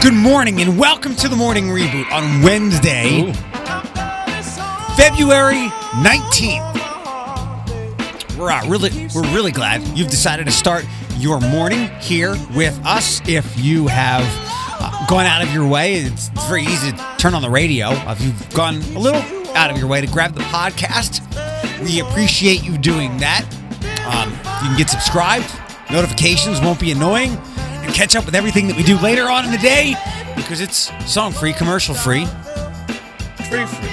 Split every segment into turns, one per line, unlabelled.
Good morning and welcome to the morning reboot on Wednesday, February 19th. We're out. Really, we're really glad you've decided to start your morning here with us. If you have uh, gone out of your way, it's, it's very easy to turn on the radio. Uh, If you've gone a little out of your way to grab the podcast, we appreciate you doing that. Um, you can get subscribed. Notifications won't be annoying. And catch up with everything that we do later on in the day because it's song free, commercial free,
Pretty free.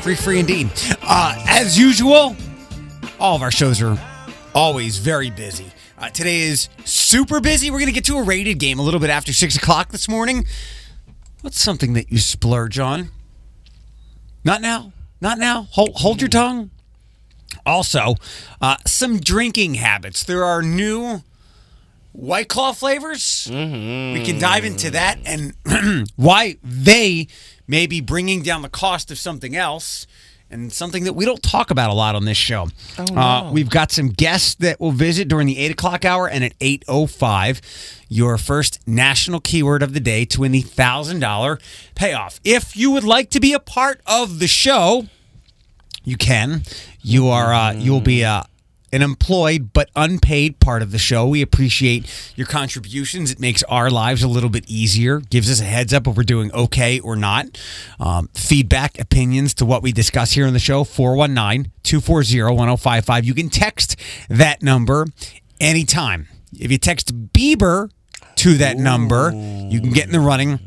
Free, free indeed. Uh, as usual, all of our shows are always very busy. Uh, today is super busy. We're going to get to a rated game a little bit after six o'clock this morning. What's something that you splurge on? Not now. Not now. Hold, hold your tongue. Also, uh, some drinking habits. There are new White Claw flavors. We can dive into that and why they may be bringing down the cost of something else and something that we don't talk about a lot on this show. uh, we've got some guests that will visit during the 8 o'clock hour and at 8.05, your first national keyword of the day to win the $1,000 payoff. If you would like to be a part of the show, you can. You are. Uh, you'll be uh, an employed but unpaid part of the show. We appreciate your contributions. It makes our lives a little bit easier. Gives us a heads up if we're doing okay or not. Um, feedback, opinions to what we discuss here on the show 419 240 1055. You can text that number anytime. If you text Bieber to that number, you can get in the running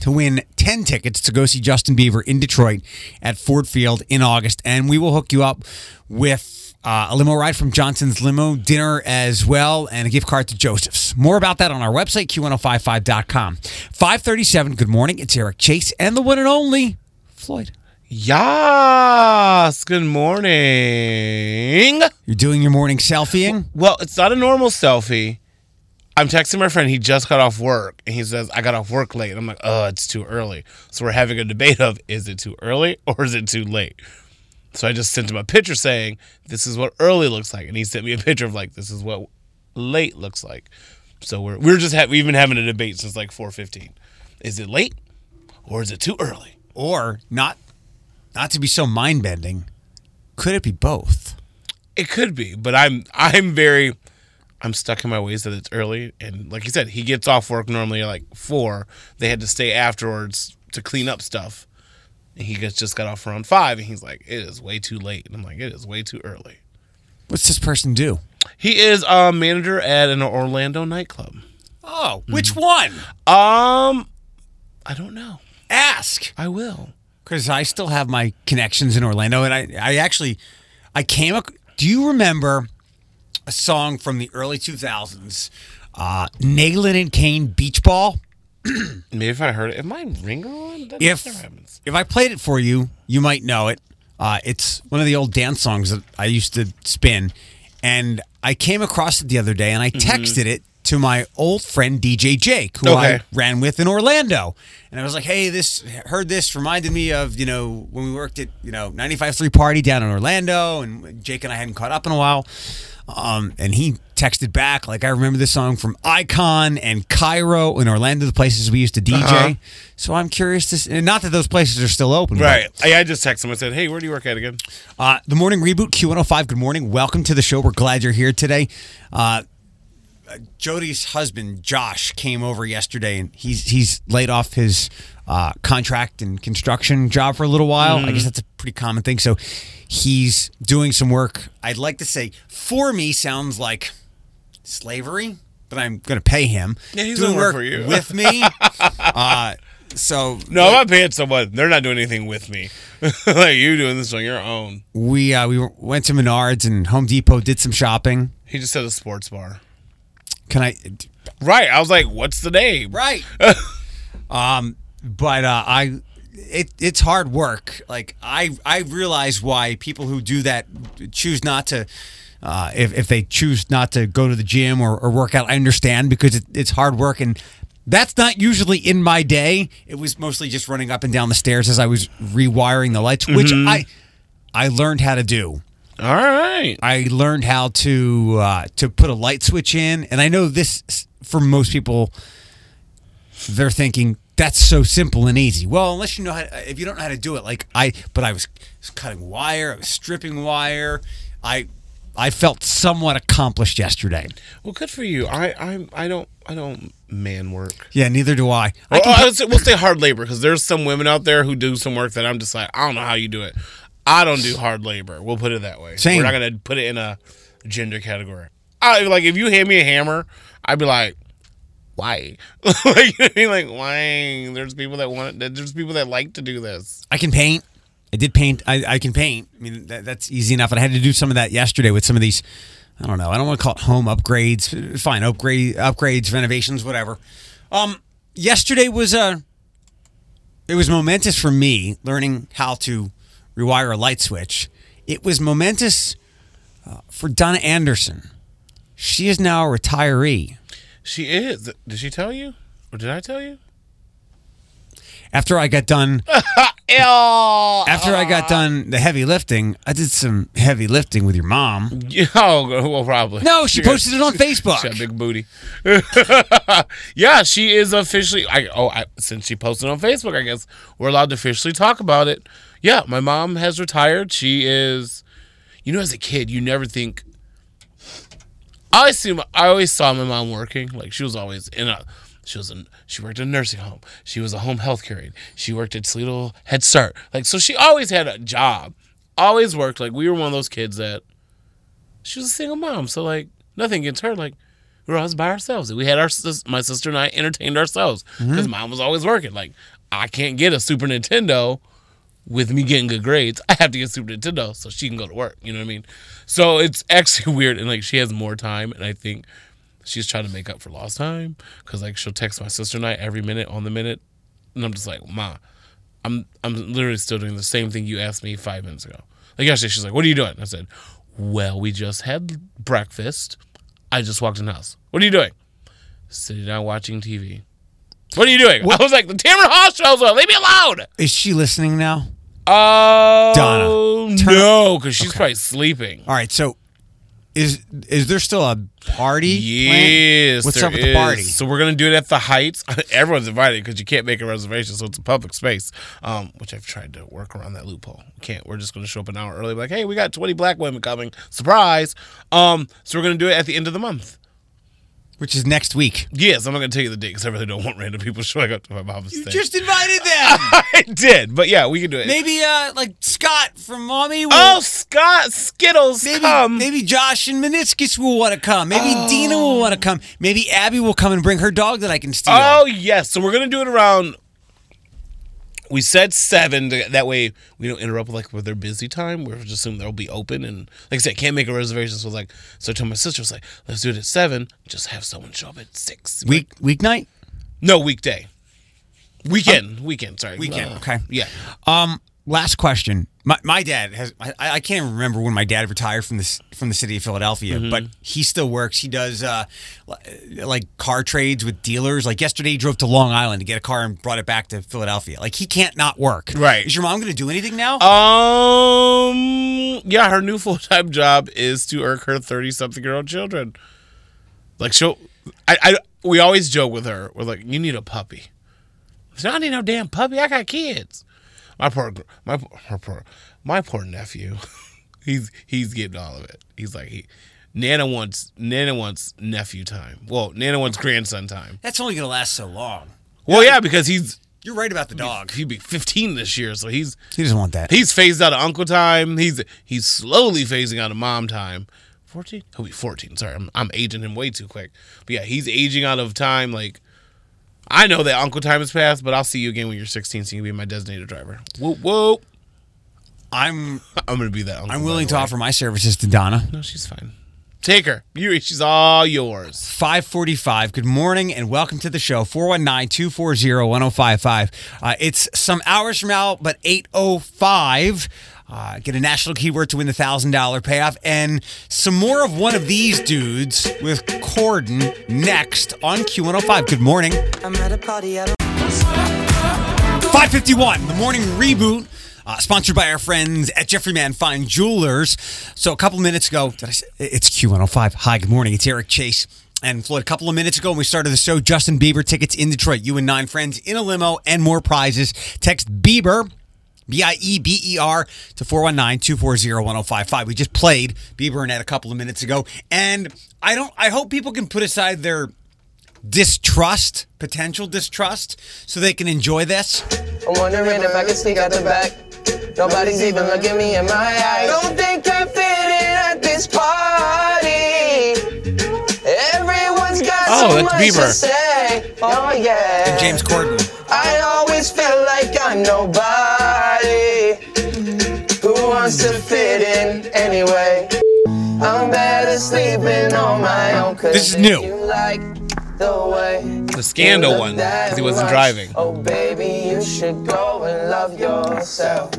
to win 10 tickets to go see Justin Bieber in Detroit at Ford Field in August. And we will hook you up with uh, a limo ride from Johnson's Limo, dinner as well, and a gift card to Joseph's. More about that on our website, q1055.com. 537, good morning. It's Eric Chase and the one and only Floyd.
Yes. Good morning.
You're doing your morning selfieing?
Well, it's not a normal selfie. I'm texting my friend. He just got off work, and he says, "I got off work late." I'm like, "Oh, it's too early." So we're having a debate of is it too early or is it too late. So I just sent him a picture saying, "This is what early looks like," and he sent me a picture of like, "This is what late looks like." So we're we're just ha- we've been having a debate since like 4:15. Is it late or is it too early?
Or not not to be so mind bending, could it be both?
It could be, but I'm I'm very I'm stuck in my ways that it's early and like you said, he gets off work normally at like four. They had to stay afterwards to clean up stuff. And he gets just got off around five and he's like, It is way too late. And I'm like, It is way too early.
What's this person do?
He is a manager at an Orlando nightclub.
Oh, which one?
Um I don't know.
Ask.
I will.
because I still have my connections in Orlando, and I, I actually, I came up. Do you remember a song from the early two thousands, uh, Nayland and Kane Beach Ball?
Maybe if I heard it, if my ringer on, that
If
never happens.
if I played it for you, you might know it. Uh, it's one of the old dance songs that I used to spin, and I came across it the other day, and I texted it to my old friend DJ Jake, who I
Okay.
ran with in Orlando, and I was like, "Hey, this heard this reminded me of you know when we worked at you know 95.3 Party down in Orlando, and Jake and I hadn't caught up in a while." Um, and he texted back like, "I remember this song from Icon and Cairo in Orlando, the places we used to DJ." So I'm curious to, s- and not that those places are still open, but,
Right. I, I just texted him. I said, Hey, where do you work at again?
uh, the morning reboot Q105. Good morning. Welcome to the show. We're glad you're here today. Uh, uh, Jody's husband Josh came over yesterday, and he's he's laid off his uh, contract and construction job for a little while.
Mm-hmm.
I guess that's a pretty common thing. So he's doing some work. I'd like to say for me sounds like slavery, but I'm going to pay him.
Yeah, he's
doing
gonna work for you.
with me. uh, so
No, I'm not paying someone. They're not doing anything with me. like you doing this on your own.
we uh, we went to Menards and Home Depot, did some shopping.
He just said a sports bar.
Can I?
Right. I was like, what's the name?
Right. um, but uh, I, it, it's hard work. Like I, I realize why people who do that choose not to. Uh, if, if they choose not to go to the gym or, or work out, I understand because it, it's hard work and that's not usually in my day. It was mostly just running up and down the stairs as I was rewiring the lights, which I I learned how to do.
Mm-hmm. All right.
I learned how to uh, to put a light switch in, and I know this for most people they're thinking that's so simple and easy. Well, unless you know how, to, uh, if you don't know how to do it, like I, but I was cutting wire, I was stripping wire, I, I felt somewhat accomplished yesterday.
Well, good for you. I I I don't I don't man work.
Yeah, neither do I. I
Well,
can
I would say, we'll say hard labor because there's some women out there who do some work that I'm just like I don't know how you do it. I don't do hard labor. We'll put it that way.
Same.
We're not gonna put it in a gender category. I like if you hand me a hammer, I'd be like, why? like you know what I mean? Like why? There's people that want it. There's people that like to do this.
I can paint. I did paint. I, I can paint. I mean, that, that's easy enough. And I had to do some of that yesterday with some of these. I don't know. I don't want to call it home upgrades. Fine, upgrade, upgrades, renovations, whatever. Um, yesterday was uh It was momentous for me learning how to rewire a light switch. It was momentous uh, for Donna Anderson. She is now a retiree.
She is. Did she tell you? Or did I tell you?
After I got done
Ew.
After I got done the heavy lifting, I did some heavy lifting with your mom.
Yeah, Oh, well, probably.
No, she posted it on Facebook.
She got a big booty. yeah, she is officially. I oh, I, since she posted on Facebook, I guess we're allowed to officially talk about it. Yeah, my mom has retired. She is. You know, as a kid, you never think. I assume I always saw my mom working. Like she was always in a. She was in. She worked in a nursing home. She was a home health care aide. She worked at Toledo Head Start. Like so, she always had a job. Always worked. Like we were one of those kids that she was a single mom, so like nothing against her. Like we were always by ourselves. We had our sis- my sister and I entertained ourselves because mom was always working. Like I can't get a Super Nintendo with me getting good grades. I have to get Super Nintendo so she can go to work. You know what I mean? So it's actually weird, and like she has more time, and I think she's trying to make up for lost time because like she'll text my sister and I every minute on the minute, and I'm just like, ma, I'm I'm literally still doing the same thing you asked me five minutes ago. Like yesterday, she's like, "What are you doing?" I said, "Well, we just had breakfast. I just walked in the house. What are you doing?" Sitting down watching TV. What are you doing? I was like, "The Tamara Hall show's on. Leave me alone."
Is she listening now?
Oh,
Donna, turn-
no, because she's probably sleeping.
All right, so is is there still a party? planned?
Yes.
What's
there
up with
is.
the party?
So we're gonna do it at the Heights. Everyone's invited because you can't make a reservation, so it's a public space. Um, which I've tried to work around that loophole. We can't. We're just gonna show up an hour early. Be like, hey, we got twenty black women coming. Surprise. Um, so we're gonna do it at the end of the month.
Which is next week.
Yes, I'm not gonna tell you the date because I really don't want random people showing up to my mom's thing.
invited them.
I did, but yeah, we can do it.
maybe uh like Scott from Mommy will
oh, Scott Skittles,
maybe
come. Oh.
maybe Josh and Meniskis will want to come. Maybe Dina will want to come. Maybe Abby will come and bring her dog that I can steal.
Oh yes, so we're gonna do it around. We said seven. to- That way we don't interrupt like with their busy time. We're just assuming they'll be open and like I said, can't make a reservation. So like, so I told my sister, I was like, let's do it at seven. Just have someone show up at six.
Week weeknight?
no weekday, weekend, weekend. Sorry,
weekend,
Uh,
okay.
Yeah,
Um, last question. My, my dad has. I, I can't remember when my dad retired from this from the city of Philadelphia,
Mm-hmm.
but he still works. He does uh, li- like car trades with dealers. Like yesterday, he drove to Long Island to get a car and brought it back to Philadelphia. Like he can't not work.
Right.
Is your mom going to do anything now?
Um, yeah, her new full time job is to irk her thirty something year old children. Like she'll, I, I, we always joke with her. We're like, you need a puppy. She said, I don't need no damn puppy. I got kids. My poor, gr- my poor, her poor, my poor nephew. he's he's getting all of it. He's like he, Nana wants Nana wants nephew time. Well, Nana wants grandson time.
That's only going to last so long.
Well, yeah, because he's
You're right about the dog.
he'd be fifteen this year, so he's
He doesn't want that.
He's phased out of uncle time. He's he's slowly phasing out of mom time. 14? He'll be 14. Sorry, I'm, I'm aging him way too quick. But yeah, he's aging out of time. Like, I know that uncle time has passed, but I'll see you again when you're 16, so you can be my designated driver. Whoop, whoop.
I'm
I'm going to be that uncle.
I'm
by
willing
the
to
way.
offer my services to Donna.
No, she's fine. Take her. You, she's all yours.
545. Good morning and welcome to the show. 419 240 1055. Uh, It's some hours from now, but 805. Uh, get a national keyword to win the $1,000 payoff and some more of one of these dudes with Corden next on Q105. Good morning.
I'm at a party, I don't
551, the morning reboot. Uh, sponsored by our friends at Jeffrey Man Fine oh Jewelers. So a couple minutes ago, did I say, it's Q105. Hi, good morning. It's Eric Chase. And Floyd, a couple of minutes ago when we started the show, Justin Bieber tickets in Detroit. You and nine friends in a limo and more prizes. Text Bieber, B I E B E R, to 419 240 1055. We just played Bieber and Ed a couple of minutes ago. And I don't, I hope people can put aside their distrust, potential distrust, so they can enjoy this.
I'm wondering if I can sneak out the back. Nobody's even looking me in my eye. Don't think I fit in at this party. Everyone's got
Oh,
so
that's
much
Bieber.
to say. Oh yeah.
James Corden.
I always feel like I'm nobody. Who wants to fit in anyway? I'm better sleeping on my own. 'cause
This is
if
new.
You like the way
The scandal
look
one
that
because he wasn't
much.
driving.
Oh, baby, you should go and love yourself.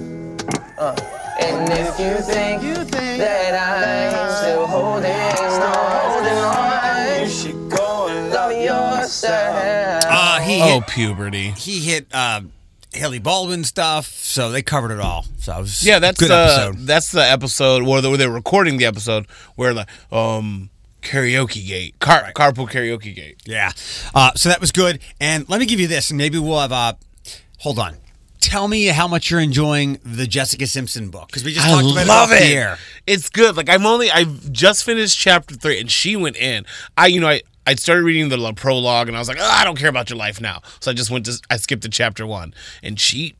Uh, and if you think, that I'm still holding on, you should go and love yourself.
Uh, he hit,
Oh, puberty.
he hit uh, Haley Baldwin stuff, so they covered it all. So it was
Yeah, that's uh,
a good
the
episode.
that's the episode where they, where they were recording the episode where the um karaoke gate car carpool karaoke gate.
Yeah, uh, so that was good. And let me give you this, and maybe we'll have. Uh, hold on. Tell me how much you're enjoying the Jessica Simpson book because we just
I
talked about it off
love
the
it.
air.
It's good. Like I'm only I just finished chapter three and she went in. I you know I. I started reading the little prologue and I was like, oh, I don't care about your life now. So I just went to I skipped to chapter one and she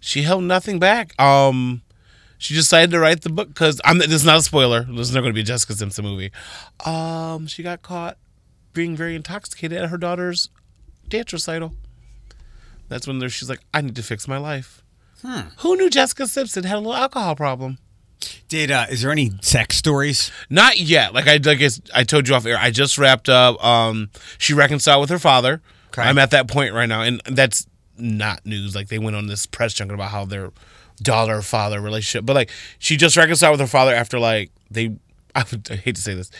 she held nothing back. Um, she decided to write the book because I'm. This is not a spoiler. This is not going to be a Jessica Simpson movie. Um, she got caught being very intoxicated at her daughter's dance recital. That's when there- she's like, I need to fix my life. Who knew Jessica Simpson had a little alcohol problem?
Did uh, is there any sex stories?
Not yet. Like I like it's- I told you off air. I just wrapped up. Um, she reconciled with her father.
Okay.
I'm at that point right now, and that's not news. Like they went on this press junket about how their daughter father relationship, but like she just reconciled with her father after like they. I, would, I hate to say this.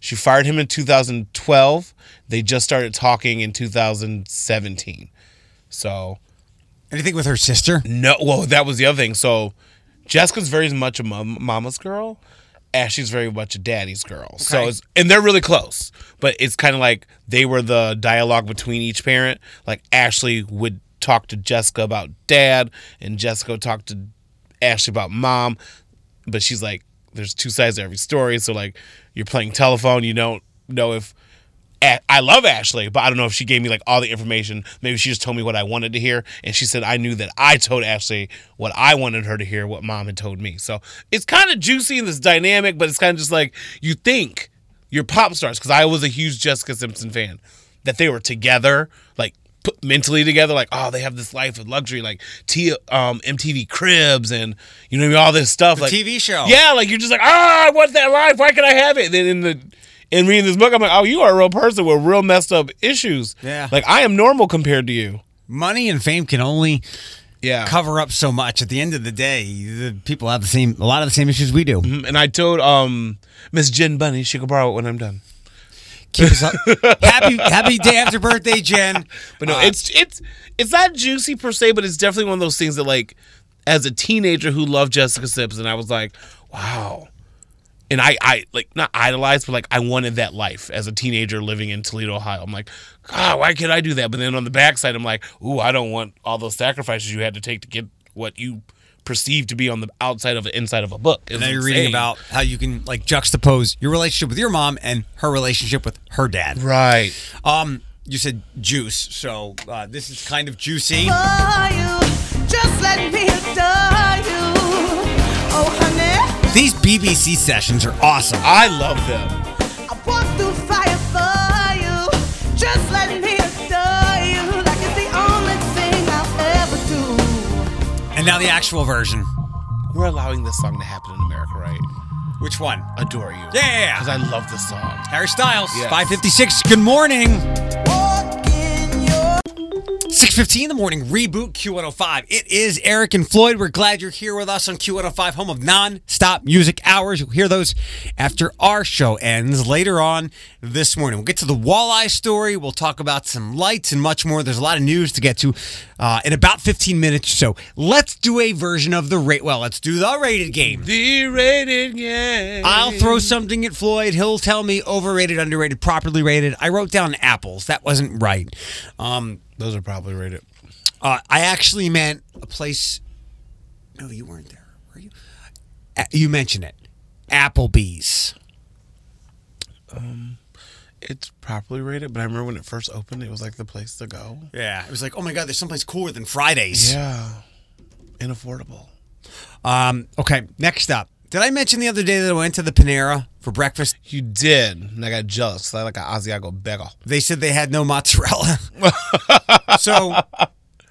She fired him in 2012. They just started talking in 2017. So
Anything with her sister?
no, well, that was the other thing. So Jessica's very much a mom, mama's girl. Ashley's very much a daddy's girl. So
Okay.
it's, and they're really close, but it's kind of like they were the dialogue between each parent. Like Ashley would talk to Jessica about dad, and Jessica would talk to Ashley about mom. But she's like, there's two sides to every story. So like, you're playing telephone. You don't know if a- I love Ashley, but I don't know if she gave me like all the information. Maybe she just told me what I wanted to hear, and she said I knew that I told Ashley what I wanted her to hear, what mom had told me. So it's kind of juicy and this dynamic, but it's kind of just like you think you're pop stars because I was a huge Jessica Simpson fan that they were together, like put mentally together, like oh they have this life of luxury, like T um, MTV Cribs and you know what I mean, all this stuff, like
TV show.
yeah, like you're just like, ah, I want that life. Why can't I have it? Then in the in reading this book, I'm like, oh, you are a real person with real messed up issues.
Yeah.
like I am normal compared to you.
Money and fame can only
Yeah.
cover up so much. At the end of the day, the people have the same a lot of the same issues we do.
Mm-hmm. And I told um Miss Jen Bunny she could borrow it when I'm done.
Keep us up. happy happy day after birthday, Jen.
But no,
Uh,
it's it's it's not juicy per se, but it's definitely one of those things that like as a teenager who loved Jessica Simpson, I was like, wow. And I, I like not idolized, but like I wanted that life as a teenager living in Toledo, Ohio. I'm like, God, why can't I do that? But then on the backside, I'm like, ooh, I don't want all those sacrifices you had to take to get what you perceive to be on the outside of the inside of a book. It's
now you're reading
insane.
about how you can like juxtapose your relationship with your mom and her relationship with her dad.
right.
Um, you said juice, so uh, this is kind of juicy.
adore you. Just let me adore you. Oh, honey,
These BBC sessions are awesome.
I love them.
I walk through fire for you. Just let me adore you. Like it's the only thing I'll ever do.
And now the actual version.
We're allowing this song to happen in America, right?
Which one?
Adore you.
Yeah.
Because I love this song.
Harry Styles,
Yes.
556. Good morning.
Walk in your
6.15 in the morning, Reboot Q105. It is Eric and Floyd. We're glad you're here with us on Q105, home of non-stop music hours. You'll hear those after our show ends later on this morning. We'll get to the walleye story. We'll talk about some lights and much more. There's a lot of news to get to uh, in about 15 minutes. So let's do a version of the rate. Well, let's do the rated game.
D-rated game.
I'll throw something at Floyd. He'll tell me overrated, underrated, properly rated. I wrote down apples. That wasn't right. Um,
Those are probably rated.
uh, I actually meant a place. No, you weren't there. Were you? Uh, you mentioned it. Applebee's.
um, It's properly rated, but I remember when it first opened, it was like the place to go.
Yeah. It was like, oh my God, there's someplace cooler than Fridays.
Yeah. And affordable.
Um, okay, next up. Did I mention the other day that I went to the Panera for breakfast?
You did. And I got jealous. 'cause I like an Asiago beggar.
They said they had no mozzarella. so,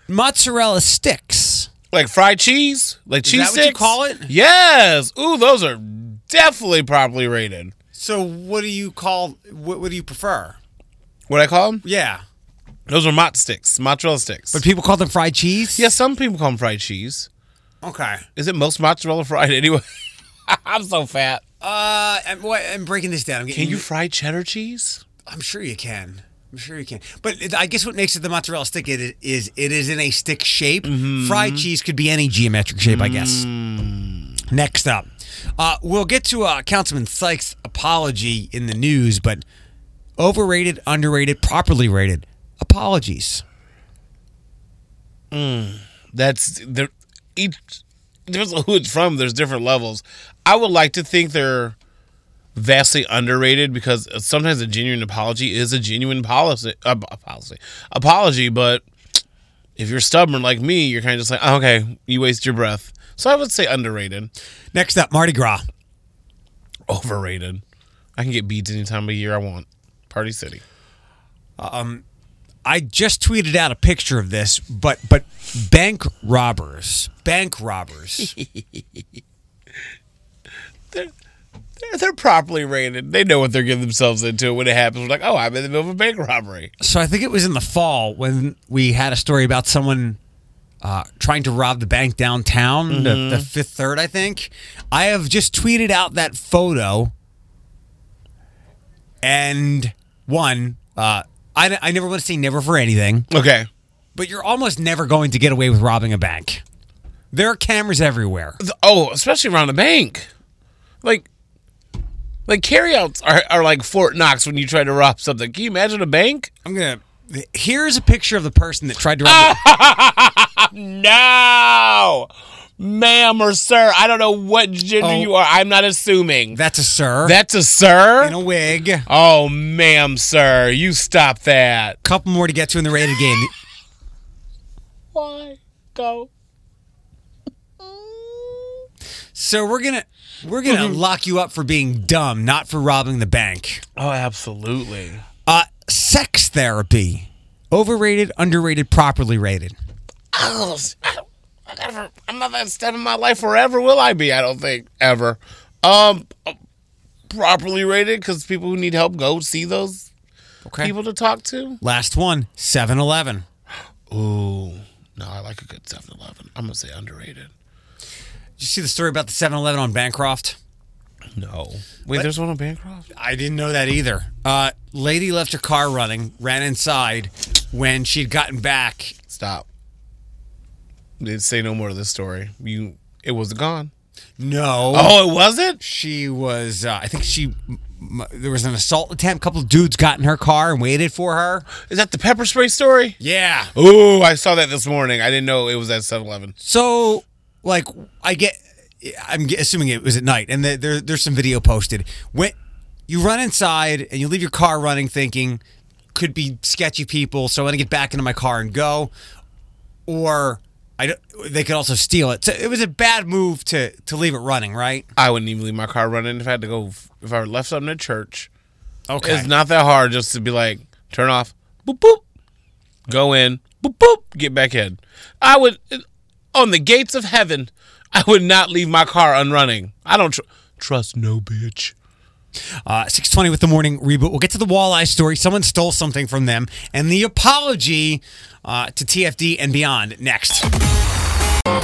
mozzarella sticks.
Like fried cheese? Like cheese
that what you
sticks?
call it?
Yes. Ooh, those are definitely properly rated.
So, what do you call, what, what do you prefer?
What I call them?
Yeah.
Those are mott sticks, mozzarella sticks.
But people call them fried cheese?
yeah, some people call them fried cheese.
Okay.
Is it most mozzarella fried anyway? I'm so fat.
Uh, I'm, well, I'm breaking this down. I'm getting,
Can you fry cheddar cheese?
I'm sure you can. I'm sure you can. But it, I guess what makes it the mozzarella stick it i- is it is in a stick shape.
Mm-hmm.
Mm-hmm.
Fried cheese could be any geometric shape, I guess.
Mm.
Next up, uh, we'll get to uh, Councilman Sykes' apology in the news, but overrated, underrated, properly rated apologies.
Mm, That's there. Each depends on who it's from. There's different levels. I would like to think they're vastly underrated because sometimes a genuine apology is a genuine policy. Uh, policy apology, but if you're stubborn like me, you're kind of just like, "Oh, okay, you waste your breath. So I would say underrated,
Next up, Mardi Gras.
overrated. I can get beads any time of year I want. Party City.
Um, I just tweeted out a picture of this, but but bank robbers, bank robbers.
They're, they're properly rated. They know what they're getting themselves into when it happens. We're like, oh, I'm in the middle of a bank robbery.
so I think it was in the fall when we had a story about someone uh, trying to rob the bank downtown,
Mm-hmm.
the, the Fifth Third, I think. I have just tweeted out that photo, and one, uh, I, I never want to say never for anything,
Okay.
but you're almost never going to get away with robbing a bank. There are cameras everywhere.
Th- Oh, especially around the bank. Like, like carryouts are, are like Fort Knox when you try to rob something. Can you imagine a bank?
I'm gonna. Here's a picture of the person that tried to rob. the-
No, ma'am or sir. I don't know what gender
Oh.
you are. I'm not assuming.
That's a sir
That's a sir.
in a wig. A
oh, ma'am, sir. You stop that.
couple more to get to in the rated game.
Why go?
So we're gonna we're gonna
Mm-hmm.
lock you up for being dumb, not for robbing the bank.
Oh, absolutely.
Uh, sex therapy, overrated, underrated, properly rated.
Oh, I never, I'm not that step in my life forever, will I be? I don't think ever. Um, properly rated because people who need help go see those
Okay.
people to talk to.
Last one, 7-Eleven.
Ooh, no, I like a good 7-Eleven. I'm gonna say underrated.
Did you see the story about the 7-Eleven on Bancroft?
No, wait, there's one on Bancroft.
I didn't know that either. Uh, lady left her car running, ran inside. When she'd gotten back,
Stop. Did say no more to this story. You, it was gone.
no,
Oh, it wasn't.
she was. Uh, I think she. m- m- There was an assault attempt. A couple of dudes got in her car and waited for her.
Is that the pepper spray story?
Yeah,
Ooh, I saw that this morning. I didn't know it was at 7-Eleven.
So, like, I get, I'm ge- assuming it was at night, and there, there there's some video posted. When you run inside and you leave your car running, thinking could be sketchy people, so I want to get back into my car and go, or I don't, they could also steal it. So it was a bad move to to leave it running, right?
I wouldn't even leave my car running if I had to go. If I left something at church,
Okay.
it's not that hard just to be like, turn off, boop boop, go in, boop boop, get back in. I would on the gates of heaven. I would not leave my car unrunning. I don't tr- trust no bitch.
Uh, 620 with the morning reboot. We'll get to the walleye story. Someone stole something from them. And the apology uh, to TFD and beyond next.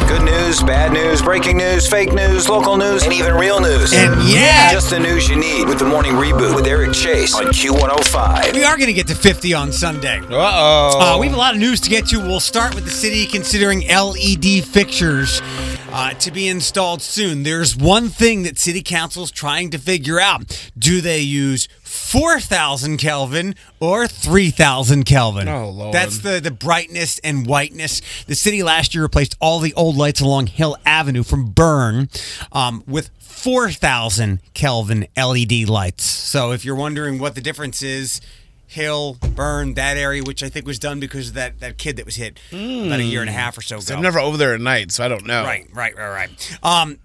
Good news, bad news, breaking news, fake news, local news, and even real news.
And yeah.
Just the news you need with the morning reboot with Eric Chase on Q105.
We are going to get to 50 on Sunday.
Uh-oh.
Uh, we have a lot of news to get to. We'll start with the city considering LED fixtures uh, to be installed soon. There's one thing that city council's trying to figure out: do they use 4,000 Kelvin or 3,000 Kelvin?
Oh, Lord.
That's the the brightness and whiteness. The city last year replaced all the old lights along Hill Avenue from Burn um, with 4,000 Kelvin LED lights. So if you're wondering what the difference is, Hill, Burn, that area, which I think was done because of that, that kid that was hit about a year and a half or so ago.
I'm never over there at night, so I don't know.
Right, right, right, right. Um,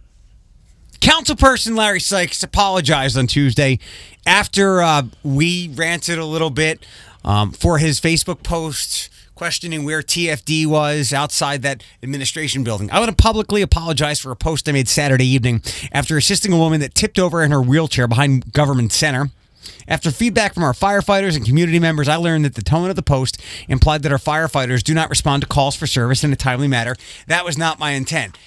Councilperson Larry Sykes apologized on Tuesday after uh, we ranted a little bit um, for his Facebook post questioning where TFD was outside that administration building. I want to publicly apologize for a post I made Saturday evening after assisting a woman that tipped over in her wheelchair behind Government Center. After feedback from our firefighters and community members, I learned that the tone of the post implied that our firefighters do not respond to calls for service in a timely manner. That was not my intent.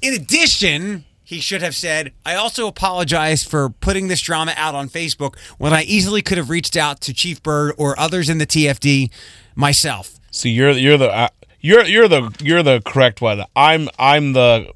In addition, he should have said, I also apologize for putting this drama out on Facebook when I easily could have reached out to Chief Bird or others in the TFD myself.
So you're you're the uh, you're you're the you're the correct one. I'm I'm the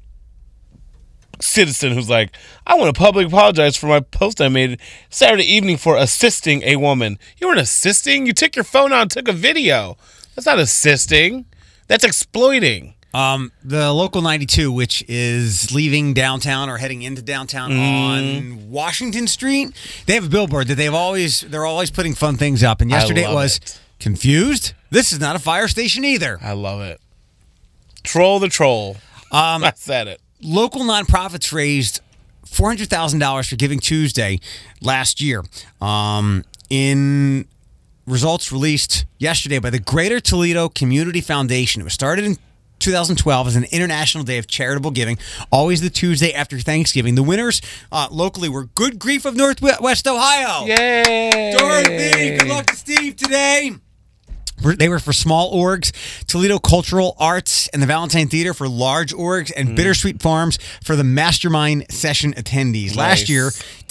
citizen who's like, I want to publicly apologize for my post I made Saturday evening for assisting a woman. You weren't assisting. You took your phone out and took a video. That's not assisting. That's exploiting.
Um, the local 92, which is leaving downtown or heading into downtown
Mm-hmm.
on Washington Street, they have a billboard that they've always they're always putting fun things up. And yesterday it
love
was
it.
confused. This is not a fire station either.
I love it. Troll the troll. Um, I said it.
local nonprofits raised four hundred thousand dollars for Giving Tuesday last year. Um, in results released yesterday by the Greater Toledo Community Foundation, it was started in. 2012 as an international day of charitable giving, always the Tuesday after Thanksgiving. The winners uh, locally were Good Grief of Northwest Ohio.
Yay!
Dorothy, good luck to Steve today. They were for small orgs, Toledo Cultural Arts and the Valentine Theater for large orgs, and Bittersweet Farms for the mastermind session attendees. Last
Nice.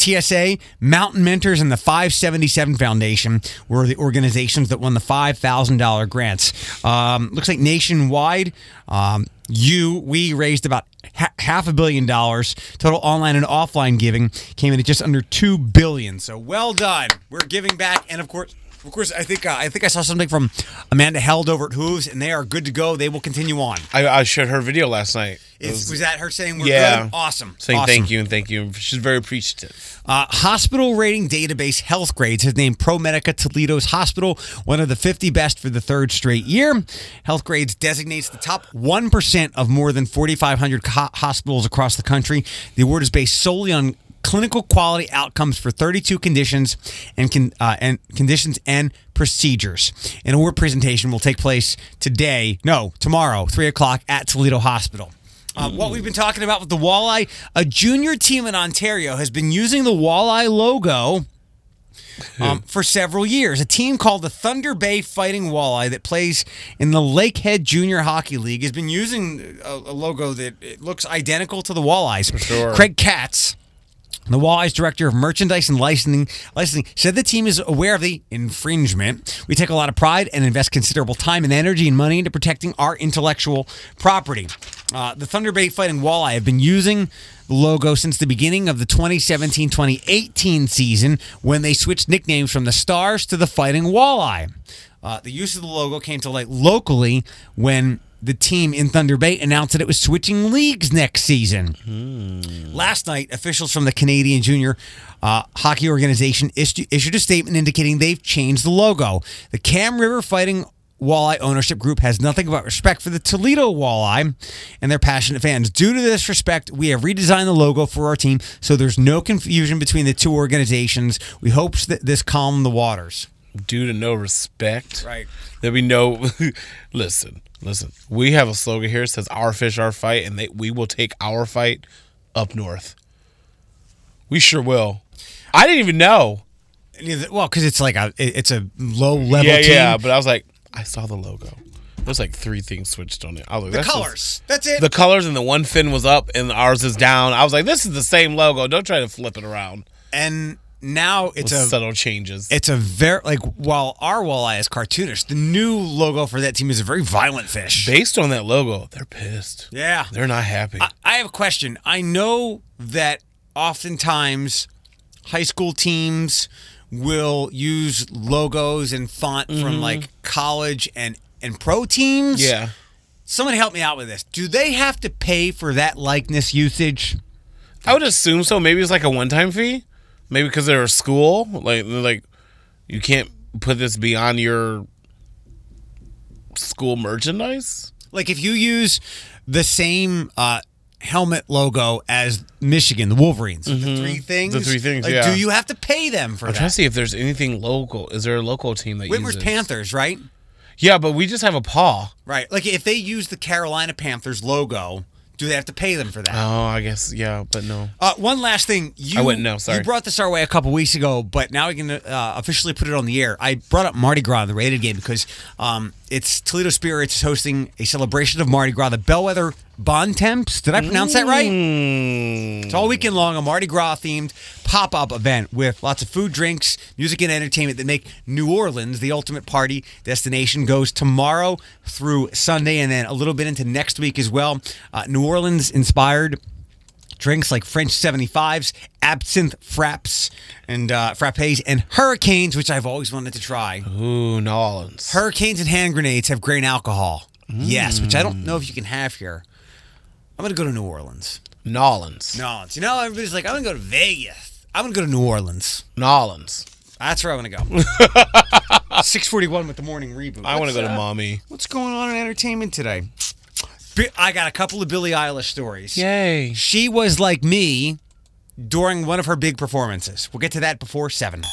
year, TSA, Mountain Mentors, and the 577 Foundation were the organizations that won the $5,000 grants. Um, looks like nationwide, um, you, we raised about ha- half a billion dollars. Total online and offline giving came in at just under two billion. So well done. We're giving back, and of course. Of course, I think uh, I think I saw something from Amanda Held over at Hooves, and they are good to go. They will continue on.
I, I shared her video last night. It
Is, was that her saying we're
yeah,
good? Awesome.
Saying
Awesome.
thank you and thank you. She's very appreciative.
Uh, hospital rating database Health Grades has named ProMedica Toledo's hospital one of the 50 best for the third straight year. Health Grades designates the top 1% of more than 4,500 co- hospitals across the country. The award is based solely on clinical quality outcomes for 32 conditions and con- uh, and conditions and procedures. An award presentation will take place today, no, tomorrow, three o'clock at Toledo Hospital. Uh, what we've been talking about with the walleye, a junior team in Ontario has been using the walleye logo um, for several years. A team called the Thunder Bay Fighting Walleye that plays in the Lakehead Junior Hockey League has been using a, a logo that it looks identical to the walleyes.
sure.
Craig Katz. The Walleyes Director of Merchandise and Licensing, licensing said the team is aware of the infringement. We take a lot of pride and invest considerable time and energy and money into protecting our intellectual property. Uh, the Thunder Bay Fighting Walleye have been using the logo since the beginning of the 2017 2018 season when they switched nicknames from the Stars to the Fighting Walleye. Uh, the use of the logo came to light locally when the team in Thunder Bay announced that it was switching leagues next season. Last night, officials from the Canadian Junior uh, Hockey Organization issued, issued a statement indicating they've changed the logo. The Cam River Fighting Walleye Ownership Group has nothing but respect for the Toledo Walleye and their passionate fans. Due to this respect, we have redesigned the logo for our team so there's no confusion between the two organizations. We hope that this calmed the waters.
Due to no respect.
Right.
There'll be no listen, listen. We have a slogan here that says our fish, our fight, and they, we will take our fight up north. We sure will. Oh. I didn't even know.
Well, because it's like a it- it's a low level
yeah,
team.
yeah. But I was like, I saw the logo. There's like three things switched on it. I was like,
the
that's just-
colors. That's it.
the colors and the one fin was up and ours is down. I was like, this is the same logo. Don't try to flip it around.
and now it's
With
a
subtle changes.
it's a very like while our walleye is cartoonish, the new logo for that team is a very violent fish.
Based on that logo, they're pissed.
yeah.
They're not happy.
I, I have a question. I know that oftentimes high school teams will use logos and font from like college and and pro teams.
yeah.
Someone help me out with this. Do they have to pay for that likeness usage?
I would assume so. Maybe it's like a one time fee. Maybe because they're a school. Like, they're like, you can't put this beyond your school merchandise.
Like if you use the same uh, helmet logo as Michigan, the Wolverines, the three things.
Mm-hmm. Mm. The three things,
Like,
yeah.
Do you have to pay them for
I'm trying
that?
to see if there's anything local. Is there a local team that
Whitmer's
uses?
Panthers, right?
Yeah, but we just have a paw.
Right. Like if they use the Carolina Panthers logo, do they have to pay them for that?
Oh, I guess yeah, but no.
Uh, one last thing. You,
I wouldn't know, sorry.
You brought this our way a couple weeks ago, but now we can uh, officially put it on the air. I brought up Mardi Gras, the rated game, because um, it's Toledo Spirits is hosting a celebration of Mardi Gras, the Bellwether Bon Temps. Did I pronounce that right?
Mm.
It's all weekend long, a Mardi Gras themed pop up event with lots of food, drinks, music, and entertainment that make New Orleans the ultimate party destination. Goes tomorrow through Sunday and then a little bit into next week as well. Uh, New Orleans inspired drinks like French 75s, absinthe fraps, and uh, frappes, and hurricanes, which I've always wanted to try.
Ooh, New Orleans.
Hurricanes and hand grenades have grain alcohol. Yes, which I
Mm.
don't know if you can have here. I'm going to go to New Orleans.
New Orleans.
New Orleans. You know, everybody's like, I'm gonna go to Vegas. I'm gonna go to New Orleans.
New Orleans.
That's where I'm gonna go. Six forty-one with the morning reboot.
I want to
What's
go to
up?
mommy.
What's going on in entertainment today? Bi- I got a couple of Billie Eilish stories.
Yay.
She was like me during one of her big performances. We'll get to that before seven.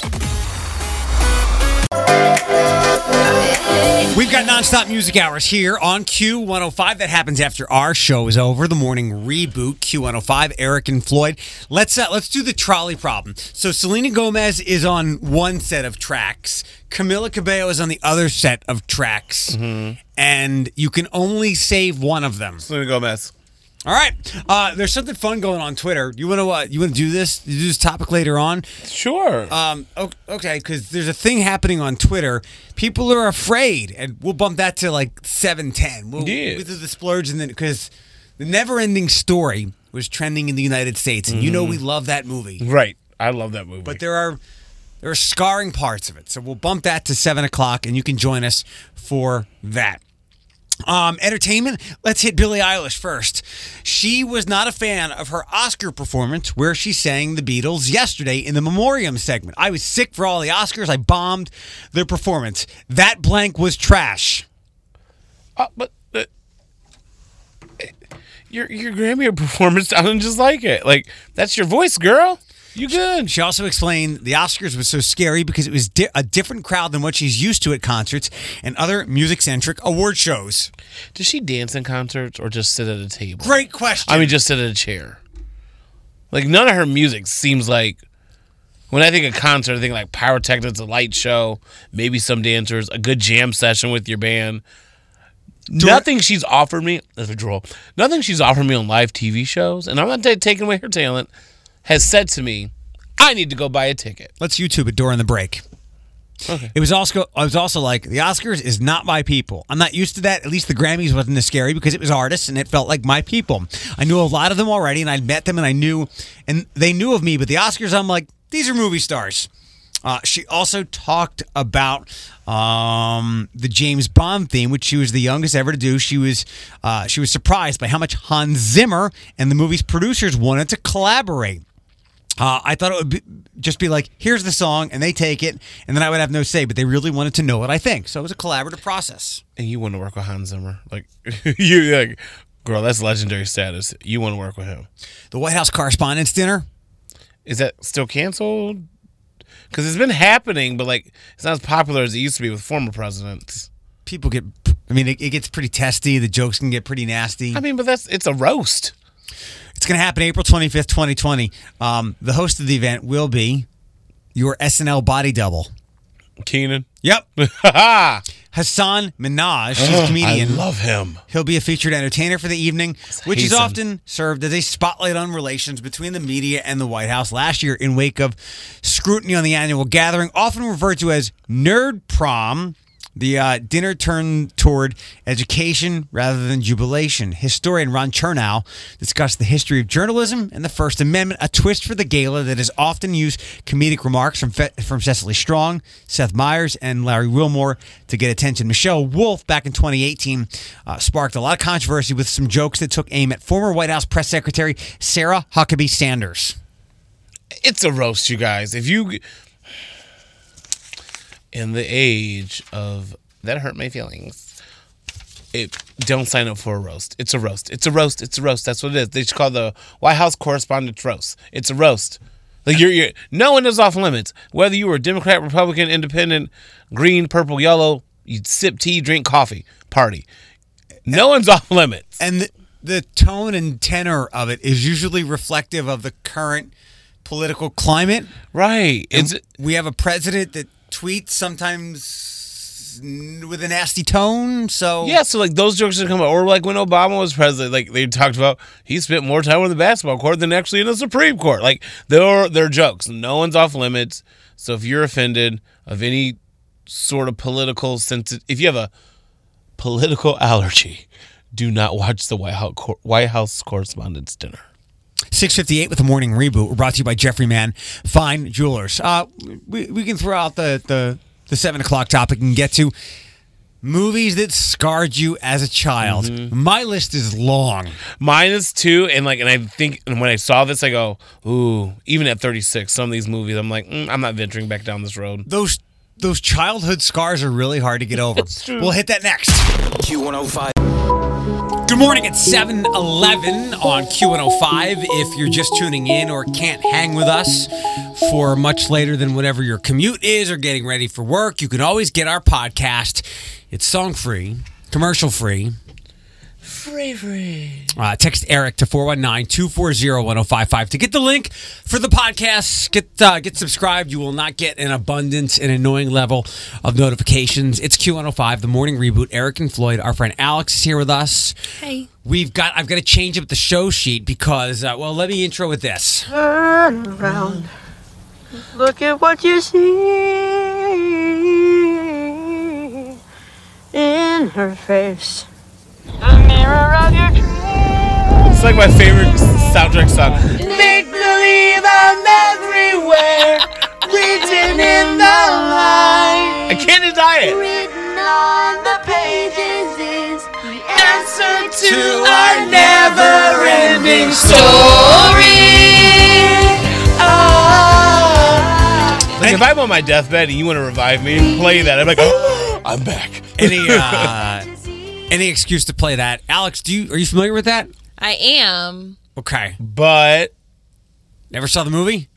We've got nonstop music hours here on Q105. That happens after our show is over. The morning reboot, Q105, Eric and Floyd. Let's uh, let's do the trolley problem. So Selena Gomez is on one set of tracks. Camila Cabello is on the other set of tracks. And you can only save one of them.
Mm-hmm. Selena Gomez.
All right. Uh, there's something fun going on Twitter. You want to uh, you want to do this? You do this topic later on.
Sure.
Um, o- okay, because there's a thing happening on Twitter. People are afraid, and we'll bump that to like seven ten. We'll,
Yeah.
we'll do the splurge, and then because the never-ending story was trending in the United States, and you know we love that movie,
Mm-hmm. right. I love that movie.
but there are there are scarring parts of it. So we'll bump that to seven o'clock, and you can join us for that. Um, entertainment. Let's hit Billie Eilish first. She was not a fan of her Oscar performance where she sang the Beatles yesterday in the memoriam segment. I was sick for all the Oscars. I bombed their performance. That blank was trash.
Uh, but uh, your your Grammy performance sounded just like it. Like that's your voice, girl. You good?
She also explained the Oscars was so scary because it was di- a different crowd than what she's used to at concerts and other music centric award shows.
Does she dance in concerts or just sit at a table?
Great question.
I mean, just sit at a chair. Like none of her music seems like. When I think of concert, I think like pyrotechnics, a light show, maybe some dancers, a good jam session with your band. Nothing she's offered me is a draw. Nothing she's offered me on live TV shows, and I'm not ta- taking away her talent, has said to me, "I need to go buy a ticket."
Let's YouTube it during the break. It was also I was also like the Oscars is not my people. I'm not used to that. At least the Grammys wasn't as scary because it was artists and it felt like my people. I knew a lot of them already and I'd met them and I knew and they knew of me, but the Oscars I'm like these are movie stars. Uh, she also talked about um, the James Bond theme, which she was the youngest ever to do. She was uh, she was surprised by how much Hans Zimmer and the movie's producers wanted to collaborate. Uh, I thought it would be, just be like, here's the song, and they take it, and then I would have no say. But they really wanted to know what I think, so it was a collaborative process.
And you want to work with Hans Zimmer, like you like, girl, that's legendary status. You want to work with him?
The White House Correspondents' Dinner.
Is that still canceled? Because it's been happening, but like it's not as popular as it used to be with former presidents.
People get, I mean, it, it gets pretty testy. The jokes can get pretty nasty.
I mean, but that's it's a roast.
it's going to happen April 25th, 2020. Um, the host of the event will be your SNL body double.
Keenan.
Yep.
I
Hassan Minaj. He's a comedian.
Ah, love him.
He'll be a featured entertainer for the evening, which is
Hasten.
often served as a spotlight on relations between the media and the White House. Last year, in wake of scrutiny on the annual gathering, often referred to as Nerd Prom, the uh, dinner turned toward education rather than jubilation. Historian Ron Chernow discussed the history of journalism and the First Amendment, a twist for the gala that has often used comedic remarks from, Fe- from Cecily Strong, Seth Meyers, and Larry Wilmore to get attention. Michelle Wolf, back in 2018, uh, sparked a lot of controversy with some jokes that took aim at former White House press secretary Sarah Huckabee Sanders.
It's a roast, you guys. If you in the age of that hurt my feelings. It don't sign up for a roast. It's a roast. It's a roast. It's a roast. That's what it is. They should call the White House Correspondents' roast. It's a roast. Like you're, you're no one is off limits. Whether you were Democrat, Republican, Independent, Green, Purple, Yellow, you sip tea, drink coffee, party. No one's off limits.
And the, the tone and tenor of it is usually reflective of the current political climate.
Right. It's
we have a president that tweets sometimes n- with a nasty tone. So
Yeah, so like those jokes should come out. Or like when Obama was president, like they talked about he spent more time on the basketball court than actually in the Supreme Court. Like they're they're jokes. No one's off limits. So if you're offended of any sort of political sense, if you have a political allergy, do not watch the White House Cor- White House Correspondents' Dinner.
658 with the morning reboot. We're brought to you by Jeffrey Mann Fine Jewelers. Uh, we, we can throw out the, the, the 7 o'clock topic and get to movies that scarred you as a child.
Mm-hmm.
My list is long.
Minus two, and like, and I think, and when I saw this, I go, ooh, even at 36, some of these movies, I'm like, mm, I'm not venturing back down this road.
Those, those childhood scars are really hard to get over. We'll hit that next.
Q105.
Good morning. It's 7 11 on Q105. If you're just tuning in or can't hang with us for much later than whatever your commute is or getting ready for work, you can always get our podcast. It's song free, commercial free. Free, free. Uh, text Eric to 419 240 1055 to get the link for the podcast. Get, uh, get subscribed. You will not get an abundance and annoying level of notifications. It's Q105, the morning reboot. Eric and Floyd, our friend Alex is here with us. We've got. I've got to change up the show sheet because. Uh, well, let me intro with this.
Turn around. Look at what you see in her face. The mirror of your dreams.
It's like my favorite soundtrack song.
Make believe I'm everywhere. Written in the light.
I can't deny it.
Written on the pages is the answer to
our never-ending
story.
Like if I'm on my deathbed and you want to revive me, play that. I'm like, I'm back.
Any uh, any excuse to play that, Alex? Do you are you familiar with that?
I am.
Okay.
But
Never saw the movie.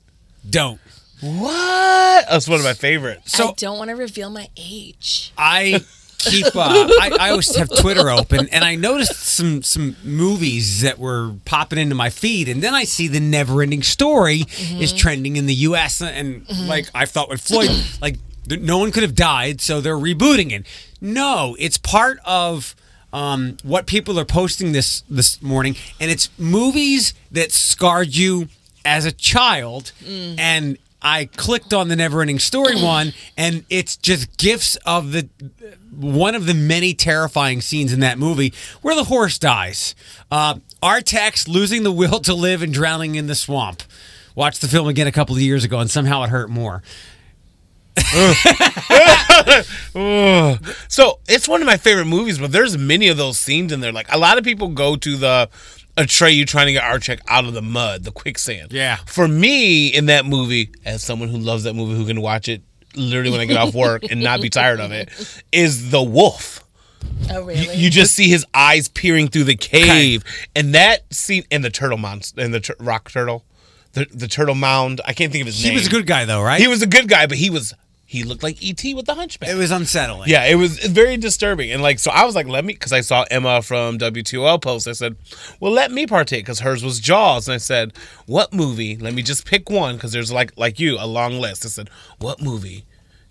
Don't.
what? That's one of my favorites.
So-
I don't want to reveal my age.
I keep. Uh, I, I always have Twitter open, and I noticed some some movies that were popping into my feed, and then I see the Never Ending Story is trending in the U.S. and like I thought with Floyd, like th- no one could have died, so they're rebooting it. No, it's part of. Um, what people are posting this this morning, and it's movies that scarred you as a child, and I clicked on the Never Ending Story one, and it's just gifs of the one of the many terrifying scenes in that movie where the horse dies. Uh, Artax losing the will to live and drowning in the swamp. Watched the film again a couple of years ago, and somehow it hurt more.
So it's one of my favorite movies, but there's many of those scenes in there. Like a lot of people go to the Atreyu trying to get Archek out of the mud, the quicksand.
Yeah.
For me, in that movie, as someone who loves that movie, who can watch it literally when I get off work and not be tired of it, is the wolf.
Oh,
You-
really?
You just see his eyes peering through the cave, and that scene and the turtle monster and the tur- rock turtle, the the turtle mound. I can't think of his
He
name.
was a good guy, though, right?
He was a good guy, but he was He looked like E.T. with the hunchback.
It was unsettling.
Yeah, it was very disturbing. And like, so I was like, let me, because I saw Emma from W2L post. I said, well, let me partake because hers was Jaws. And I said, what movie? Let me just pick one because there's like, like you, a long list. I said, what movie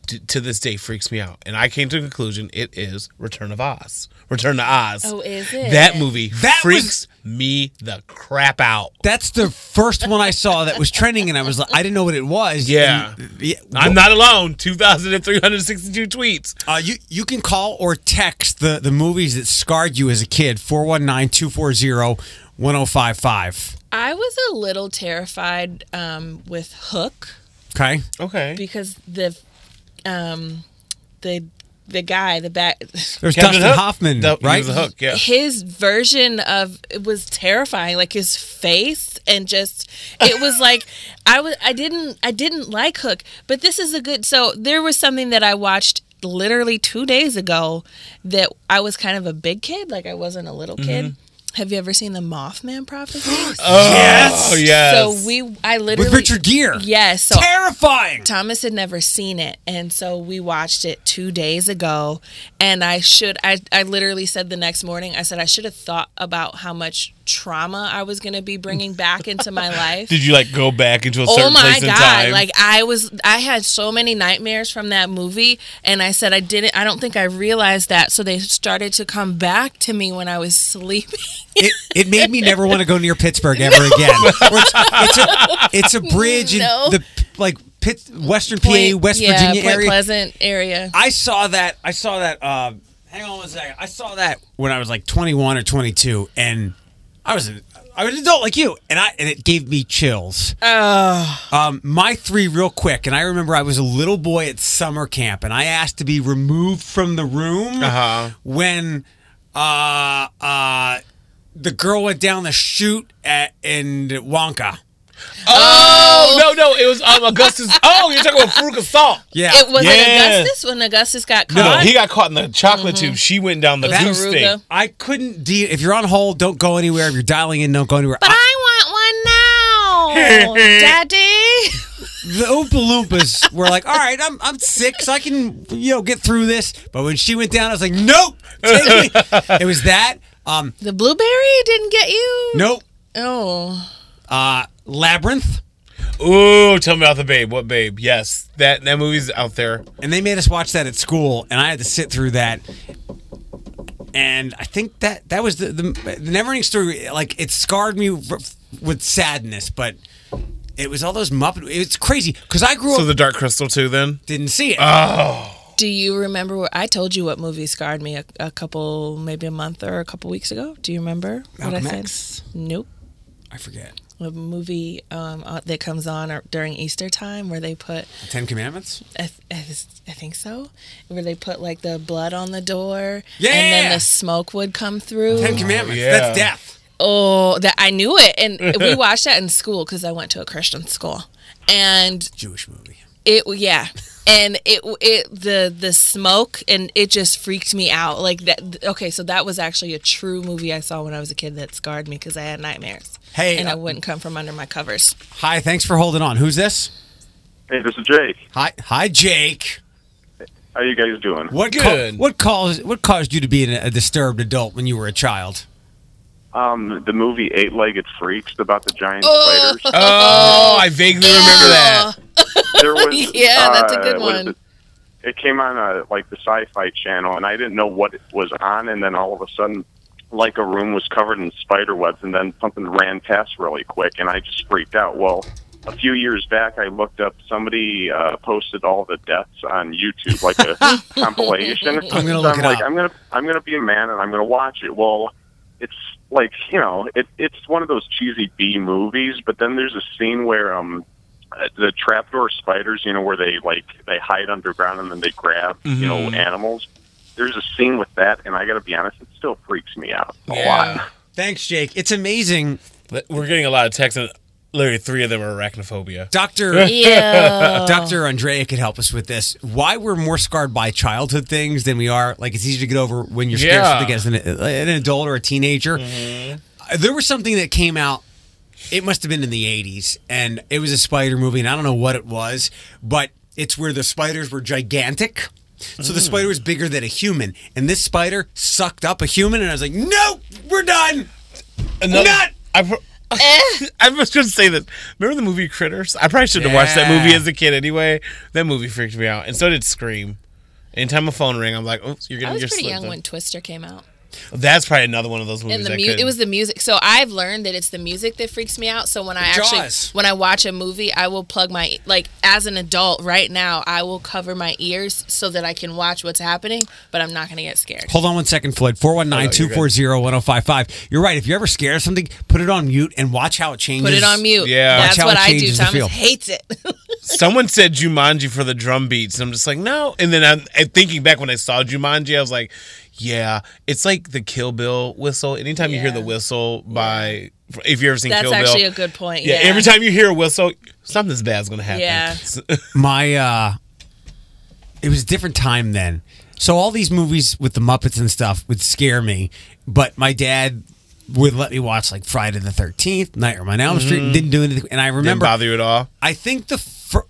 to, to this day freaks me out? And I came to a conclusion it is Return of Oz. Return to Oz.
Oh, is it?
That movie
That
freaks me the crap out.
That's the first one I saw that was trending, and I was like, I didn't know what it was.
Yeah.
And- yeah
I'm not alone. 2,362 tweets.
Uh, you you can call or text the the movies that scarred you as a kid 419-240-1055.
I was a little terrified um, with Hook
Okay?
Okay.
because the um, the the guy the back
There's Dustin
Captain Hook.
Hoffman,
Du- he
right?
was the hook, yeah.
his version of it was terrifying like his face and just it was like i was i didn't i didn't like hook but this is a good so there was something that i watched literally two days ago that i was kind of a big kid like i wasn't a little kid
Mm-hmm.
have you ever seen the mothman prophecy
Yes. Oh, yes.
so we i literally
With Richard Gere.
yes so
Terrifying.
Thomas had never seen it, and so we watched it two days ago. And I should, I, I literally said the next morning, I said I should have thought about how much trauma I was going to be bringing back into my life.
Did you like go back into a certain
Oh my
place in time?
god! Like I was, I had so many nightmares from that movie, and I said I didn't. I don't think I realized that, so they started to come back to me when I was sleeping.
It, it made me never want to go near Pittsburgh ever again. Or It's, it's a, it's a bridge
No.
in the like Pitt, Western PA, West
yeah,
Virginia
Point
area.
Pleasant area.
I saw that. I saw that. Uh, hang on one second. I saw that when I was like 21 or 22, and I was an, I was an adult like you, and I and it gave me chills. Um, my three real quick, and I remember I was a little boy at summer camp, and I asked to be removed from the room
Uh-huh.
when uh, uh, the girl went down the chute at, in Wonka.
Oh no, no, it was um, Augustus. oh, you're talking about Fruka Salt.
Yeah,
It was
Yeah.
it Augustus when Augustus got caught.
No, he got caught in the chocolate tube. She went down the
That-
goose thing.
Aruga.
I couldn't deal. If you're on hold, don't go anywhere. If you're dialing in, don't go anywhere.
But I want one now, Oh, Daddy.
the Oompa Loompas were like, all right, I'm, I'm six. I can, you know, get through this. But when she went down, I was like, nope. Take me. it was that. Um,
The blueberry didn't get you.
nope.
Oh,
Uh, Labyrinth.
Ooh, tell me about the babe. What babe? Yes, that that movie's out there.
And they made us watch that at school. And I had to sit through that. And I think that that was the, the, the never ending story. Like, it scarred me r- with sadness. But it was all those Muppet. It's crazy. Because I grew
So
up,
the Dark Crystal too. Then Oh.
didn't see it.
do you remember? What, I told you what movie scarred me a, a couple, maybe a month or a couple weeks ago. Do you remember
Malcolm
what I
X.
said? Nope.
I forget.
A movie um, uh, that comes on or- during Easter time where they put,
The Ten Commandments?
I, th- I th- I think so, where they put like the blood on the door, and
Yeah.
then the smoke would come through.
Ten Commandments.
yeah.
That's death.
Oh, that I knew it, and we watched that in school because I went to a Christian school, and
Jewish movie.
it yeah, and it it the the smoke and it just freaked me out like that. Okay, so that was actually a true movie I saw when I was a kid that scarred me because I had nightmares.
Hey,
and
uh,
I wouldn't come from under my covers.
Hi, thanks for holding on. Who's this?
Hey, this is Jake.
Hi, hi, Jake.
How you guys doing?
What ca-
Good.
what caused what caused you to be an, a disturbed adult when you were a child?
Um, the movie Eight Legged Freaks about the giant spiders.
oh, I vaguely remember that.
There was, uh,
Yeah, that's a good
what is
one.
It? It came on uh like the Sci-Fi Channel, and I didn't know what it was on. And then all of a sudden, like a room was covered in spider webs, and then something ran past really quick, and I just freaked out. Well. A few years back, I looked up. Somebody uh, posted all the deaths on YouTube, like a compilation.
I'm gonna
So
look
I'm
it
like,
up.
I'm gonna, I'm gonna be a man, and I'm gonna watch it. Well, it's like you know, it, it's one of those cheesy B movies. But then there's a scene where um, uh, the trapdoor spiders, you know, where they like they hide underground and then they grab you know animals. There's a scene with that, and I got to be honest, it still freaks me out a lot.
Thanks, Jake. It's amazing,
Li- We're getting a lot of texts, and literally three of them are arachnophobia.
Doctor.
Yeah.
Dr. Andrea could help us with this. Why we're more scarred by childhood things than we are, like it's easy to get over when you're scared of
Yeah. Mm-hmm.
something as an, an adult or a teenager. Uh, There was something that came out, it must have been in the 80s, and it was a spider movie, and I don't know what it was, but It's where the spiders were gigantic. So the spider was bigger than a human, and this spider sucked up a human, and I was like, "Nope, we're done."
Another,
Not-
I, pro- I was going to say this. Remember the movie Critters? I probably should have watched that
Yeah.
movie as a kid anyway. That movie freaked me out, and so did Scream. Anytime a phone ring, I'm like, "Oops, you're
I
getting
was
your
pretty
slip
young
done.
when Twister came out.
That's probably another one of those movies.
and the
I
mu- it
couldn't-
was the music. So I've learned that it's the music that freaks me out. So when I
Jaws.
actually when I watch a movie, I will plug my like as an adult right now, I will cover my ears so that I can watch what's happening, but I'm not going to get scared.
Hold on one second, Floyd.
Oh,
419 240 1055. You're right. If you're ever scared of something, put it on mute and watch how it changes.
Put it on mute.
Yeah.
Watch
that's
how
what
it
I do.
changes the feel.
Thomas hates it.
Someone said Jumanji for the drum beats, and I'm just like, no. And then I'm, and thinking back when I saw Jumanji, I was like, yeah, it's like the Kill Bill whistle. Anytime you hear
Yeah.
the whistle by, if you ever seen
that's
Kill Bill,
actually a good point.
yeah,
Yeah,
Every time you hear a whistle, something's bad's gonna happen.
Yeah.
my uh it was a different time then so all these movies with the muppets and stuff would scare me but my dad would let me watch like friday the 13th nightmare on elm street and didn't do anything and i
Mm-hmm. Didn't
remember
bother you at all.
i think the fir-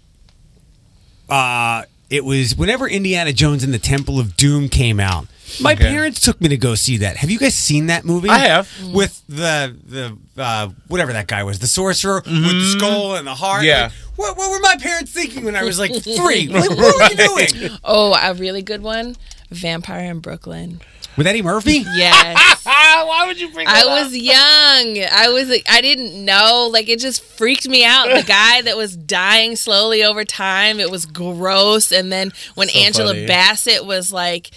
uh it was whenever indiana jones and the temple of doom came out my
Okay.
parents took me to go see that. Have you guys seen that movie?
I have.
With the the uh, whatever that guy was, the sorcerer with the skull and the heart.
Mm-hmm. Yeah.
Like, what, what were my parents thinking when I was like three? Like, what were you doing?
Oh, a really good one. Vampire in Brooklyn.
With Eddie Murphy?
Yes.
Ah, why would you bring
I was young. I was I didn't know. Like it just freaked me out. The guy that was dying slowly over time. It was gross. And then when Angela
funny.
Bassett was like,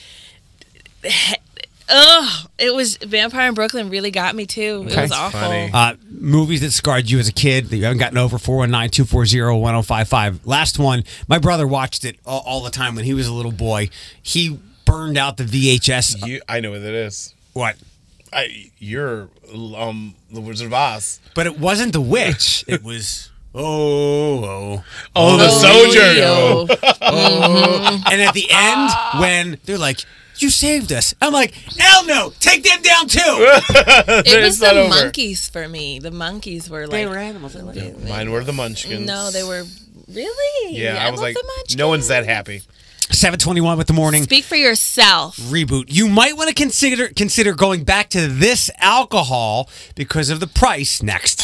ugh, it was Vampire in Brooklyn really got me too. It was awful.
funny.
Uh, movies that scarred you as a kid that you haven't gotten over 419 240 1055. Last one, my brother watched it all, all the time when he was a little boy. He burned out the VHS.
You, I know what that is.
What?
I, you're um the Wizard of Oz.
But it wasn't The Witch. It was. Oh, oh. Mm-hmm.
Oh, the soldier.
yo.
And at the end, when they're like, you saved us. I'm like, hell no, take them down too.
It was
It's not
the
over.
monkeys for me. The monkeys were like
animals.
Mine were the Munchkins.
no, they were really.
Yeah, I was
love
like,
the munchkins.
no one's that happy.
721 with the morning.
Speak for yourself.
reboot. You might want to consider consider going back to this alcohol because of the price next.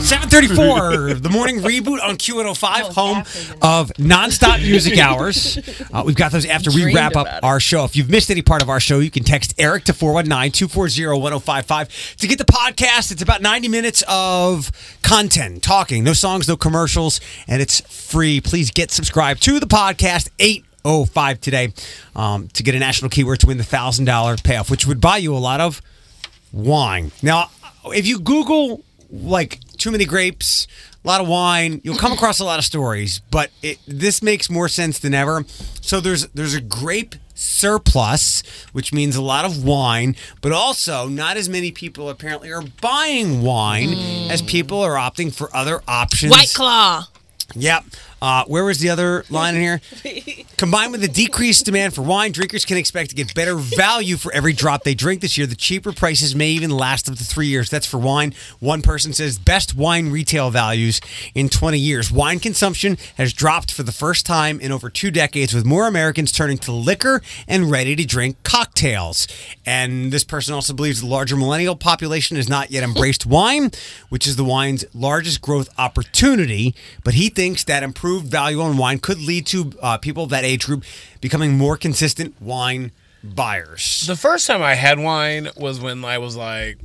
7:34, the morning reboot on
Oh,
Q105, home of nonstop music hours. Uh, we've got those after we
Dreamed
wrap up
about it.
our show. If you've missed any part of our show, you can text Eric to 419-240-1055 to get the podcast. It's about 90 minutes of content, talking, no songs, no commercials, and it's free. Please get subscribed to the podcast 805 today um, to get a national keyword to win the $1,000 payoff, which would buy you a lot of wine. Now, if you Google like too many grapes, a lot of wine, you'll come across a lot of stories. But it, this makes more sense than ever. So there's there's a grape surplus, which means a lot of wine, but also not as many people apparently are buying wine as people are opting for other options.
White Claw.
Yep. Uh, where was the other line in here? Combined with the decreased demand for wine, drinkers can expect to get better value for every drop they drink this year. The cheaper prices may even last up to three years. That's for wine. One person says best wine retail values in 20 years. Wine consumption has dropped for the first time in over two decades, with more Americans turning to liquor and ready to drink cocktails. And this person also believes the larger millennial population has not yet embraced wine, which is the wine's largest growth opportunity. But he thinks that improved value on wine could lead to uh, people of that age group becoming more consistent wine buyers.
The first time I had wine was when I was like,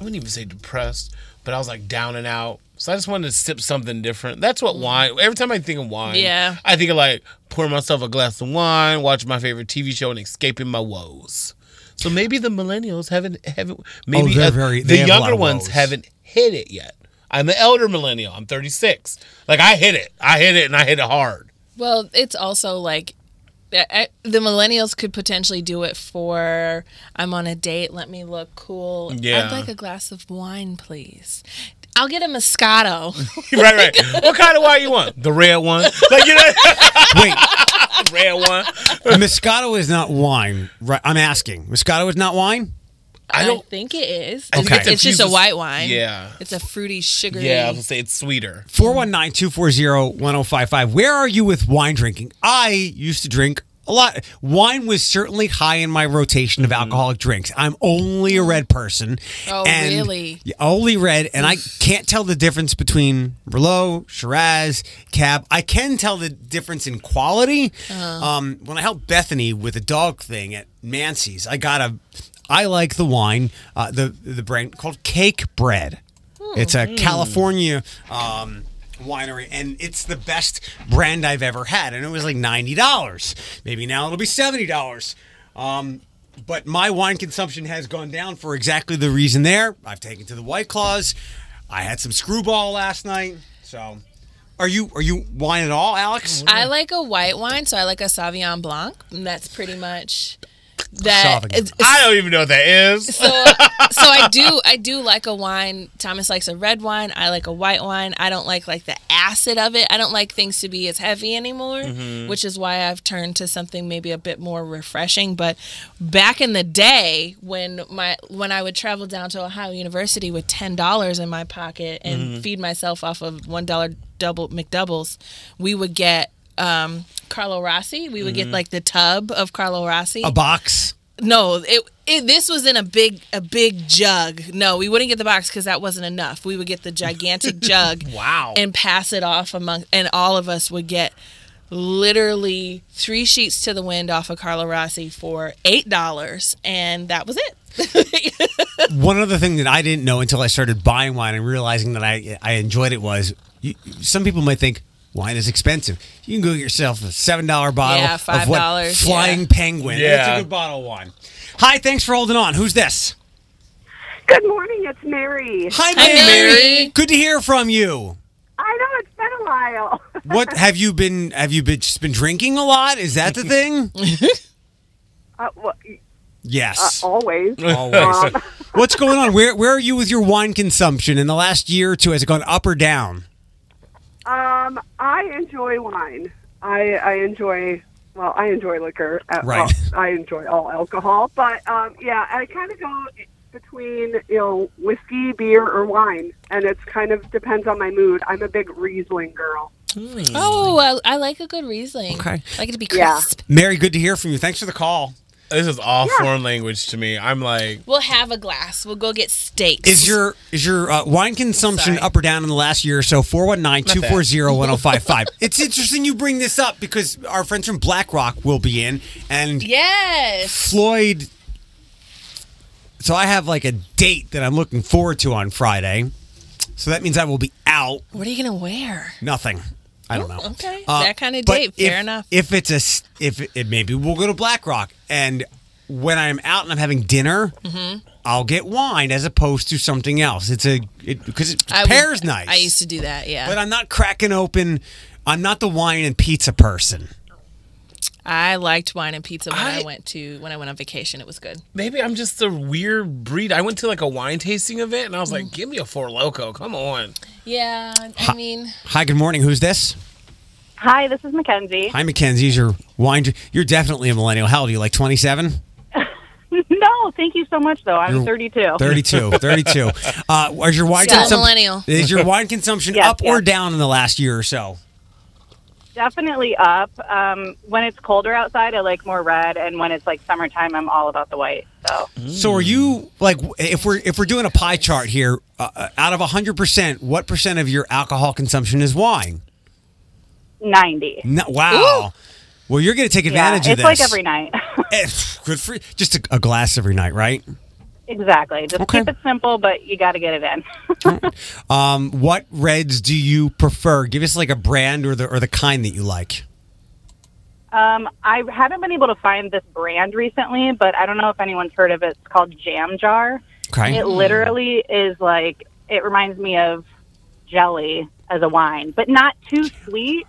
I wouldn't even say depressed, but I was like down and out. So I just wanted to sip something different. That's what wine. Every time I think of wine,
Yeah.
I think of like pouring myself a glass of wine, watching my favorite TV show, and escaping my woes. So maybe the millennials haven't haven't maybe
they're
uh,
very- they
the
have a lot
younger
of
ones
woes.
haven't hit it yet. I'm the elder millennial. I'm 36. Like I hit it. I hit it, and I hit it hard.
Well, it's also like I- I- the millennials could potentially do it for I'm on a date, let me look cool.
Yeah.
I'd like a glass of wine, please. I'll get a Moscato.
right, right. What kind of wine you want? The red one. Like you know.
Wait,
red one.
Moscato is not wine, right? I'm asking. Moscato is not wine?
I
I
don't-
don't think it is.
I
think
It's just
confused
a
with-
white wine.
Yeah.
It's a fruity, sugary.
Yeah, I would say it's sweeter.
419 240 1055. Where are you with wine drinking? I used to drink a lot. Wine was certainly high in my rotation of alcoholic drinks. I'm only a red person.
Oh,
and
really?
Yeah, Only red. And I can't tell the difference between Merlot, Shiraz, Cab. I can tell the difference in quality.
Uh-huh.
Um, when I helped Bethany with a dog thing at Mancy's, I got a. I like the wine, uh, the the brand called Cake Bread.
Hmm.
It's a California um, winery, and it's the best brand I've ever had. And it was like ninety dollars. Maybe now it'll be seventy dollars. Um, but my wine consumption has gone down for exactly the reason. There, I've taken to the White Claws. I had some screwball last night. So, are you are you wine at all, Alex?
I like a white wine, so I like a Sauvignon Blanc. And that's pretty much that.
Sauvignon.
it's-
I don't even know what that is.
So, so I do, I do like a wine. Thomas likes a red wine. I like a white wine. I don't like like the acid of it. I don't like things to be as heavy anymore, which is why I've turned to something maybe a bit more refreshing. But back in the day, when my when I would travel down to Ohio University with ten dollars in my pocket and feed myself off of one dollar double McDoubles, we would get. Um, Carlo Rossi, we would get like the tub of Carlo Rossi
A box.
no it, it this was in a big a big jug no we wouldn't get the box because that wasn't enough we would get the gigantic jug
Wow.
and pass it off among and all of us would get literally three sheets to the wind off of carlo rossi for eight dollars and that was it
One other thing that I didn't know until I started buying wine and realizing that I I enjoyed it was you, some people might think wine is expensive. You can go get yourself a seven dollar bottle
Yeah,
of what
$5,
Flying
yeah.
Penguin.
Yeah.
it's a good bottle of wine. Hi, thanks for holding on. Who's this?
Good morning, it's Mary.
Hi,
Mary.
Good to hear from you.
I know it's been a while.
What have you been? Have you been just been drinking a lot? Is that the thing?
Uh, well, uh,
Yes.
always. Um,
Always. What's going on? Where Where are you with your wine consumption in the last year or two? Has it gone up or down?
Um, I enjoy wine. I, I enjoy, well, I enjoy liquor. Uh,
Right.
well, I enjoy all alcohol. But um, yeah, I kind of go between, you know, whiskey, beer, or wine. And it's kind of depends on my mood. I'm a big Riesling girl.
oh I, I like a good riesling
Hmm. Okay.
I like it to be
Yeah.
crisp
Mary, good to hear from you. Thanks for the call.
This is all foreign language to me. I'm like,
we'll have a glass we'll go get steaks
Is your is your uh, wine consumption
Sorry.
up or down in the last year or so? 419-240-1055. it's interesting you bring this up because our friends from BlackRock will be in and
yes
Floyd So I have like a date that I'm looking forward to on Friday. So that means I will be out
what are you gonna wear
nothing. I don't know.
Oh, okay
Uh,
that kind of
but
date
if-
fair enough
If it's a, s- if it, it maybe we'll go to BlackRock, and when I'm out and I'm having dinner,
Mm-hmm.
I'll get wine as opposed to something else. It's a it because it
I would-
pairs nice.
I used to do that, yeah.
but I'm not cracking open. I'm not the wine and pizza person.
I liked wine and pizza when I,
I-
went to when I went on vacation. It was good.
maybe I'm just a weird breed. I went to like a wine tasting event and I was like, give me a Four Loco. Come on.
Yeah, I mean,
Hi, good morning. Who's this?
Hi, this is Mackenzie.
Hi, Mackenzie's your wine. dr- You're definitely a millennial. How old are you? Like 27,
no, thank you so much, though. I'm
You're-
32.
32, 32. Uh, is your wine
Still a
consum-
millennial.
Is your wine consumption
Yes,
up or
yes.
down in the last year or so?
Definitely up. Um, when it's colder outside, I like more red, and when it's like summertime, I'm all about the white. So
So are you like if we're if we're doing a pie chart here, uh, uh, out of hundred percent, what percent of your alcohol consumption is wine?
ninety.
No, wow. Well, you're going to take advantage
yeah,
of
it's
this.
like every night.
Eh, Good for just a, a glass every night, right?
exactly. Just
Okay.
keep it simple, but you got to get it in.
Um, what reds do you prefer? Give us like a brand or the or the kind that you like.
um, I haven't been able to find this brand recently, but I don't know if anyone's heard of it. It's called Jam Jar.
Okay.
It literally is like it reminds me of jelly as a wine, but not too sweet.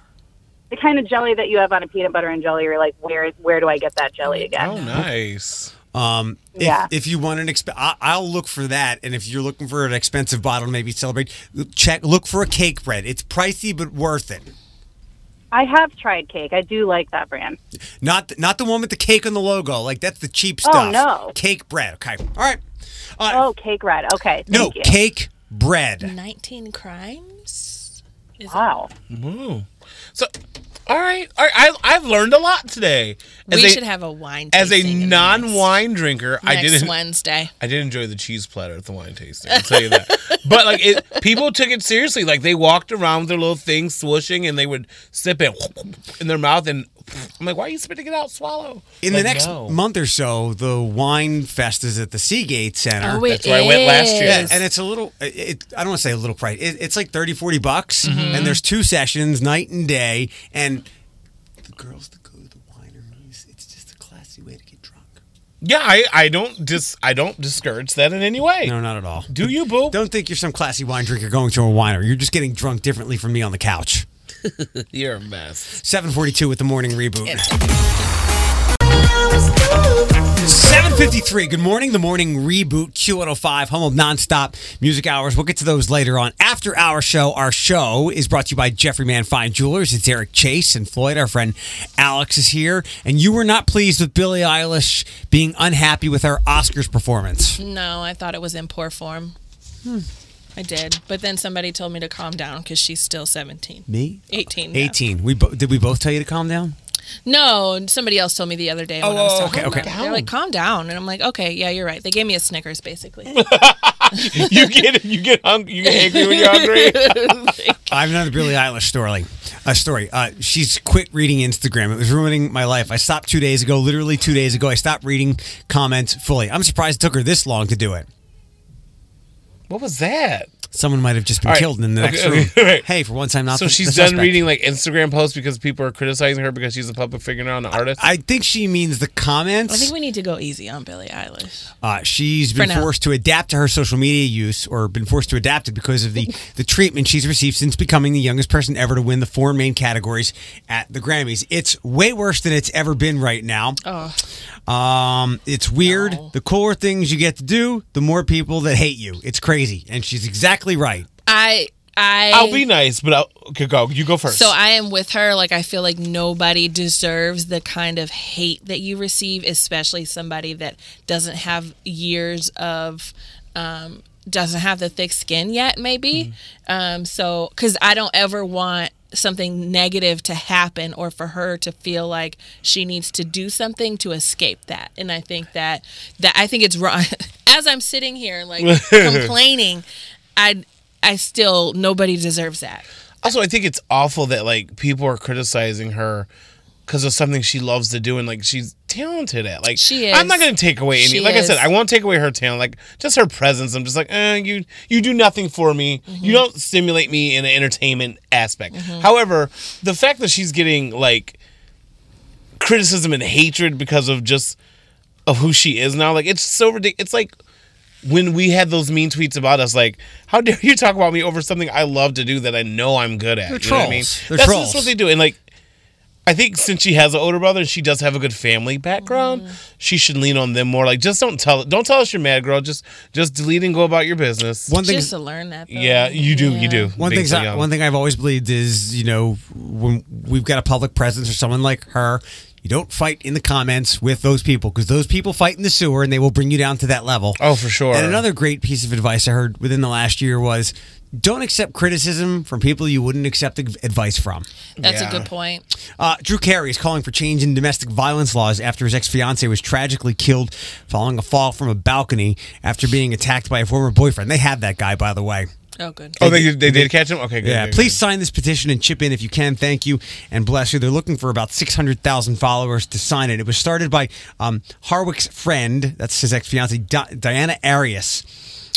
The kind of jelly that you have on a peanut butter and jelly, you're like, where where do I get that jelly again?
Oh, nice.
Um, if,
Yeah.
if you want an exp- I, I'll look for that. And if you're looking for an expensive bottle, to maybe celebrate. Check. Look for a cake bread. It's pricey but worth it.
I have tried cake. I do like that brand.
Not th- not the one with the cake on the logo. Like that's the cheap
Oh,
stuff.
no.
Cake bread. Okay. All right. Uh,
Oh, cake red. Okay. Thank
no,
you.
cake bread.
19 crimes? Is
Wow.
Ooh. So, all right, all right I, I've learned a lot today. As
we
a,
should have a wine
as a
tasting in the
non-wine drinker.
next,
I
next
didn't.
Wednesday.
I did enjoy the cheese platter at the wine tasting. I'll tell you that. but like, it, people took it seriously. Like they walked around with their little thing swooshing, and they would sip it in their mouth. And I'm like, why are you spitting it out? Swallow.
In
Like,
the next
no.
month or so, the wine fest is at the Seagate Center.
Oh,
That's where I went last year.
Yeah, and it's a little. It, it- I don't want to say a little price. It, it's like 30, 40 bucks,
Mm-hmm.
and there's two sessions, night and day, and the girls that go to the wineries. It's just a classy way to get drunk.
yeah, I, I don't dis I don't discourage that in any way.
No, not at all.
Do you, boo?
Don't think you're some classy wine drinker going to a winery. You're just getting drunk differently from me on the couch.
You're a mess.
742 with the morning reboot. 753. Good morning. The morning reboot. Q105. Home of nonstop music hours. We'll get to those later on. After our show, our show is brought to you by Jeffrey Man Fine Jewelers. It's Eric Chase and Floyd. Our friend Alex is here. And you were not pleased with Billie Eilish being unhappy with her Oscars performance.
No, I thought it was in poor form.
Hmm.
I did. But then somebody told me to calm down because she's still 17.
Me?
18. now.
18. We bo- did we both tell you to calm down?
No, and somebody else told me the other day when I
oh,
was talking
okay,
about
okay.
it. They're like, calm down. And I'm like, okay, yeah, you're right. They gave me a Snickers, basically.
You get you get hungry. You get angry when you're hungry.
I have another Billie Eilish story. A story. Uh, she's quit reading Instagram. It was ruining my life. I stopped two days ago. Literally two days ago, I stopped reading comments fully. I'm surprised it took her this long to do it.
what was that?
Someone might have just been
All right.
killed in the next
Okay,
room.
okay, right.
Hey, for once I'm not.
So
the- the
she's done
suspect.
reading like Instagram posts because people are criticizing her because she's a public figure now, and an artist.
I think she means the
I
comments.
think we need to go easy on Billie Eilish.
Uh, she's been
For now.
forced to adapt to her social media use, or been forced to adapt it because of the, the treatment she's received since becoming the youngest person ever to win the four main categories at the Grammys. It's way worse than it's ever been right now.
Oh,
Um, it's weird. The cooler things you get to do, the more people that hate you. It's crazy, and she's exactly right.
I, I,
I'll be nice, but I'll, okay, go. You go first.
So I am with her. Like I feel like nobody deserves the kind of hate that you receive, especially somebody that doesn't have years of um, doesn't have the thick skin yet, maybe. Um, so because I don't ever want something negative to happen or for her to feel like she needs to do something to escape that and i think that that i think it's wrong as i'm sitting here like complaining i i still nobody deserves that
also, I think it's awful that like people are criticizing her because of something she loves to do and like she's talented at. Like
She
I'm
is.
not going to take away any.
She
like
is.
I said, I won't take away her talent. Like just her presence. I'm just like, eh, you you do nothing for me.
Mm-hmm.
You don't stimulate me in an entertainment aspect. However, the fact that she's getting like criticism and hatred because of just of who she is now, like it's so ridiculous. It's like when we had those mean tweets about us, like, how dare you talk about me over something I love to do that I know I'm good at?
They're
you know what I mean?
trolls. They're
That's
trolls.
just what they do. And like, I think since she has an older brother and she does have a good family background, she should lean on them more. Like, just don't tell don't tell us you're mad, girl. Just just delete and go about your business.
One thing,
just to learn that. Though.
yeah, Uh, you do, you do. um,
one
Being
thing,
so
I,
young.
one thing I've always believed is, you know, when we've got a public presence or someone like her, you don't fight in the comments with those people because those people fight in the sewer and they will bring you down to that level.
Oh, for sure.
And another great piece of advice I heard within the last year was. Don't accept criticism from people you wouldn't accept ad- advice from.
That's
Yeah.
a good point.
Uh, Drew Carey is calling for change in domestic violence laws after his ex fiancee was tragically killed following a fall from a balcony after being attacked by a former boyfriend. They had that guy, by the way.
Oh, good.
Oh, they, they did catch him? Okay, good.
Yeah,
good,
please sign this petition and chip in if you can. Thank you and bless you. They're looking for about 600,000 followers to sign it. It was started by um, Harwick's friend, that's his ex fiancee, Di- Diana Arias.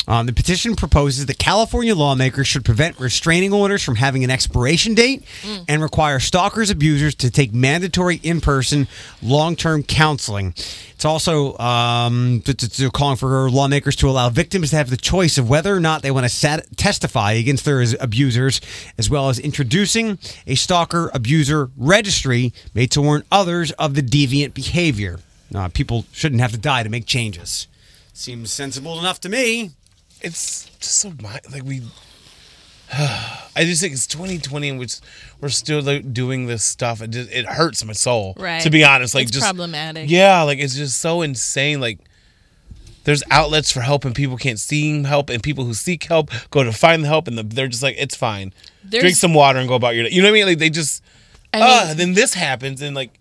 Um, the petition proposes that California lawmakers should prevent restraining orders from having an expiration date and require stalkers, abusers to take mandatory in person long term counseling. It's also um, t- t- t- calling for lawmakers to allow victims to have the choice of whether or not they want to sat- testify against their as- abusers, as well as introducing a stalker abuser registry made to warn others of the deviant behavior. Uh, people shouldn't have to die to make changes. Seems sensible enough to me.
good. It's just so, mi- like, we. I just think it's 2020 in which we're still like, doing this stuff. It just, it hurts my soul.
Right.
To be honest, like
It's
just
problematic.
Yeah, like it's just so insane. Like there's outlets for help and people can't seek help and people who seek help go to find the help and the, they're just like it's fine. Drink
There's-
some water and go about your day. You know what I mean? Like they just
I
uh,
mean-
then this happens and like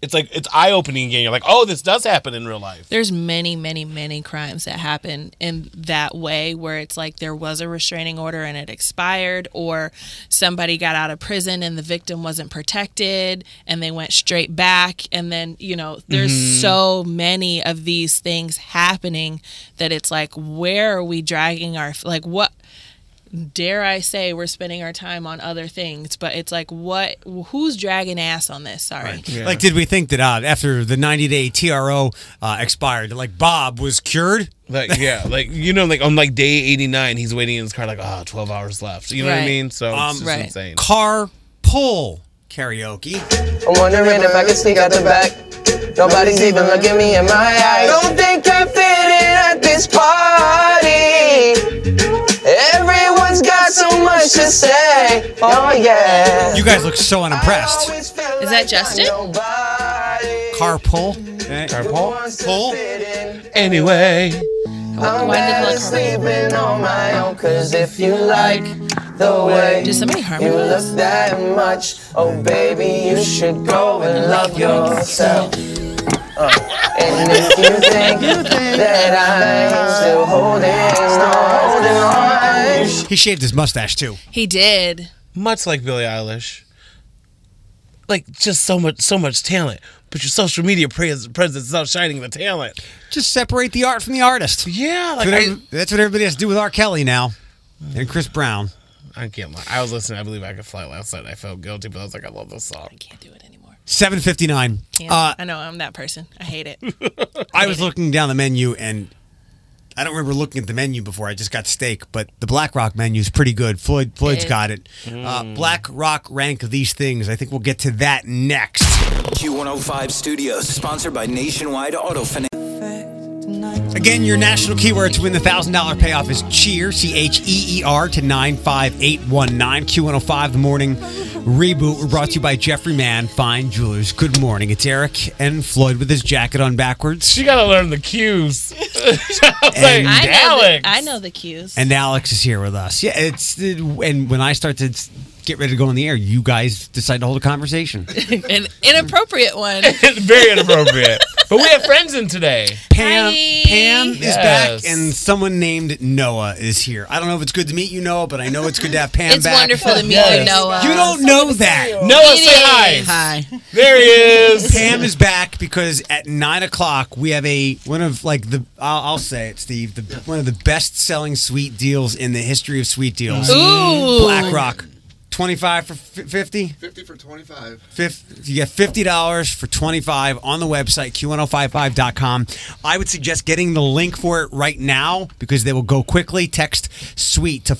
it's like it's eye opening again. You're like, oh, this does happen in real life.
there's many many many crimes that happen in that way where it's like there was a restraining order and it expired or somebody got out of prison and the victim wasn't protected and they went straight back and then you know there's
Mm-hmm.
so many of these things happening that it's like where are we dragging our like what dare I say we're spending our time on other things but it's like what who's dragging ass on this sorry
Like, did we think that uh, after the 90 day TRO uh, expired, that, like Bob was cured?
Like yeah, like you know, like on like day eighty nine, he's waiting in his car like ah, 12 hours left. You know what I
Right.
mean? So it's
Um,
just
Right.
insane.
Car pull karaoke.
I'm wondering if I can sneak out the back. Nobody's even looking me in my eye. Don't think I fit in at this party. Everyone's got so much to say. Oh yeah.
You guys look so unimpressed.
Always feel
Is that
like I'm
Justin?
nobody.
Car pull. Eh,
Wants to
Pull.
fit in.
Anyway,
I'm
Why did
better
Lil Carmel-
sleeping on my own. Cause if you like the way
Did somebody harm
you
you?
look that much, oh baby, you should go and love yourself. Uh, and if you think that I'm still holding on, holding on,
He shaved his mustache too.
he did
much like Billie Eilish, like just so much, so much talent, but your social media pres- presence is outshining the talent.
Just separate the art from the artist.
Yeah,
That's
like
what
I,
every- that's what everybody has to do with R. Kelly now and Chris Brown.
I can't lie. I was listening. I believe I could fly last night. I felt guilty, but I was like, I love this song.
can't do it anymore
759.
Can't.
Uh,
I know I'm that person. I hate it.
I was looking down the menu and I don't remember looking at the menu before. I just got steak, but the Black Rock menu is pretty good. Floyd Floyd's
Eh.
got it. Uh, Black Rock rank these things. I think we'll get to that next.
Q105 Studios, sponsored by Nationwide Auto Finance.
Again, your national keyword to win the thousand dollar payoff is cheer C H E E R to nine five eight one nine Q one hundred five. The morning reboot. We're brought to you by Jeffrey Mann Fine Jewelers. Good morning. It's Eric and Floyd with his jacket on backwards,
She gotta learn the cues.
and,
I know,
Alex.
the, I know the cues.
and Alex is here with us. Yeah, it's uh, and when I start to get ready to go on the air, you guys decide to hold a conversation.
An inappropriate one.
it's very inappropriate. but we have friends in today.
Pam,
Hi.
Pam is
Yes.
back, and someone named Noah is here. I don't know if it's good to meet you, Noah, but I know it's good to have Pam
it's
back.
wonderful to meet
Yes.
you, Noah.
You don't know that.
Noah,
It
say hi.
is.
Hi.
There he is.
Pam is back because at nine o'clock we have a one of like the I'll, I'll say it, Steve, the, one of the best-selling sweet deals in the history of sweet deals.
Ooh.
BlackRock, twenty-five for fifty.
50 for 25.
Fif- you get fifty dollars for twenty five on the website q1055.com. I would suggest getting the link for it right now because they will go quickly. Text sweet to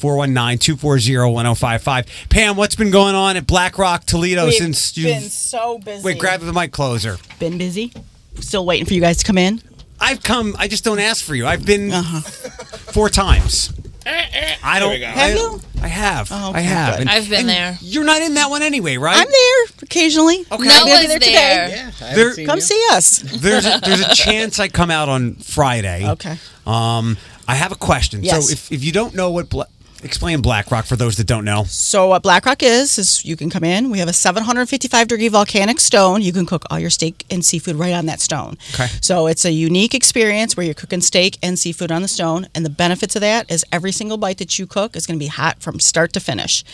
419-240-1055. Pam, what's been going on at BlackRock Toledo
We've
since you?
been so busy.
Wait, grab the mic closer.
Been busy. Still waiting for you guys to come in.
I've come. I just don't ask for you. I've been
Uh-huh.
four times. I don't. I,
Have you?
I have.
Oh,
I
okay.
have. And-
I've been
and
there.
You're not in that one anyway, right?
I'm there occasionally.
Okay.
I'll be
Noah's
there today.
there.
There-
Come see us.
there's a, there's a chance I come out on Friday.
Okay.
Um, I have a question.
Yes.
So if, if you don't know what Bla- explain BlackRock for those that don't know.
So what BlackRock is is you can come in. We have a 755 degree volcanic stone. You can cook all your steak and seafood right on that stone.
Okay.
So it's a unique experience where you're cooking steak and seafood on the stone, and the benefits of that is every single bite that you cook is going to be hot from start to finish.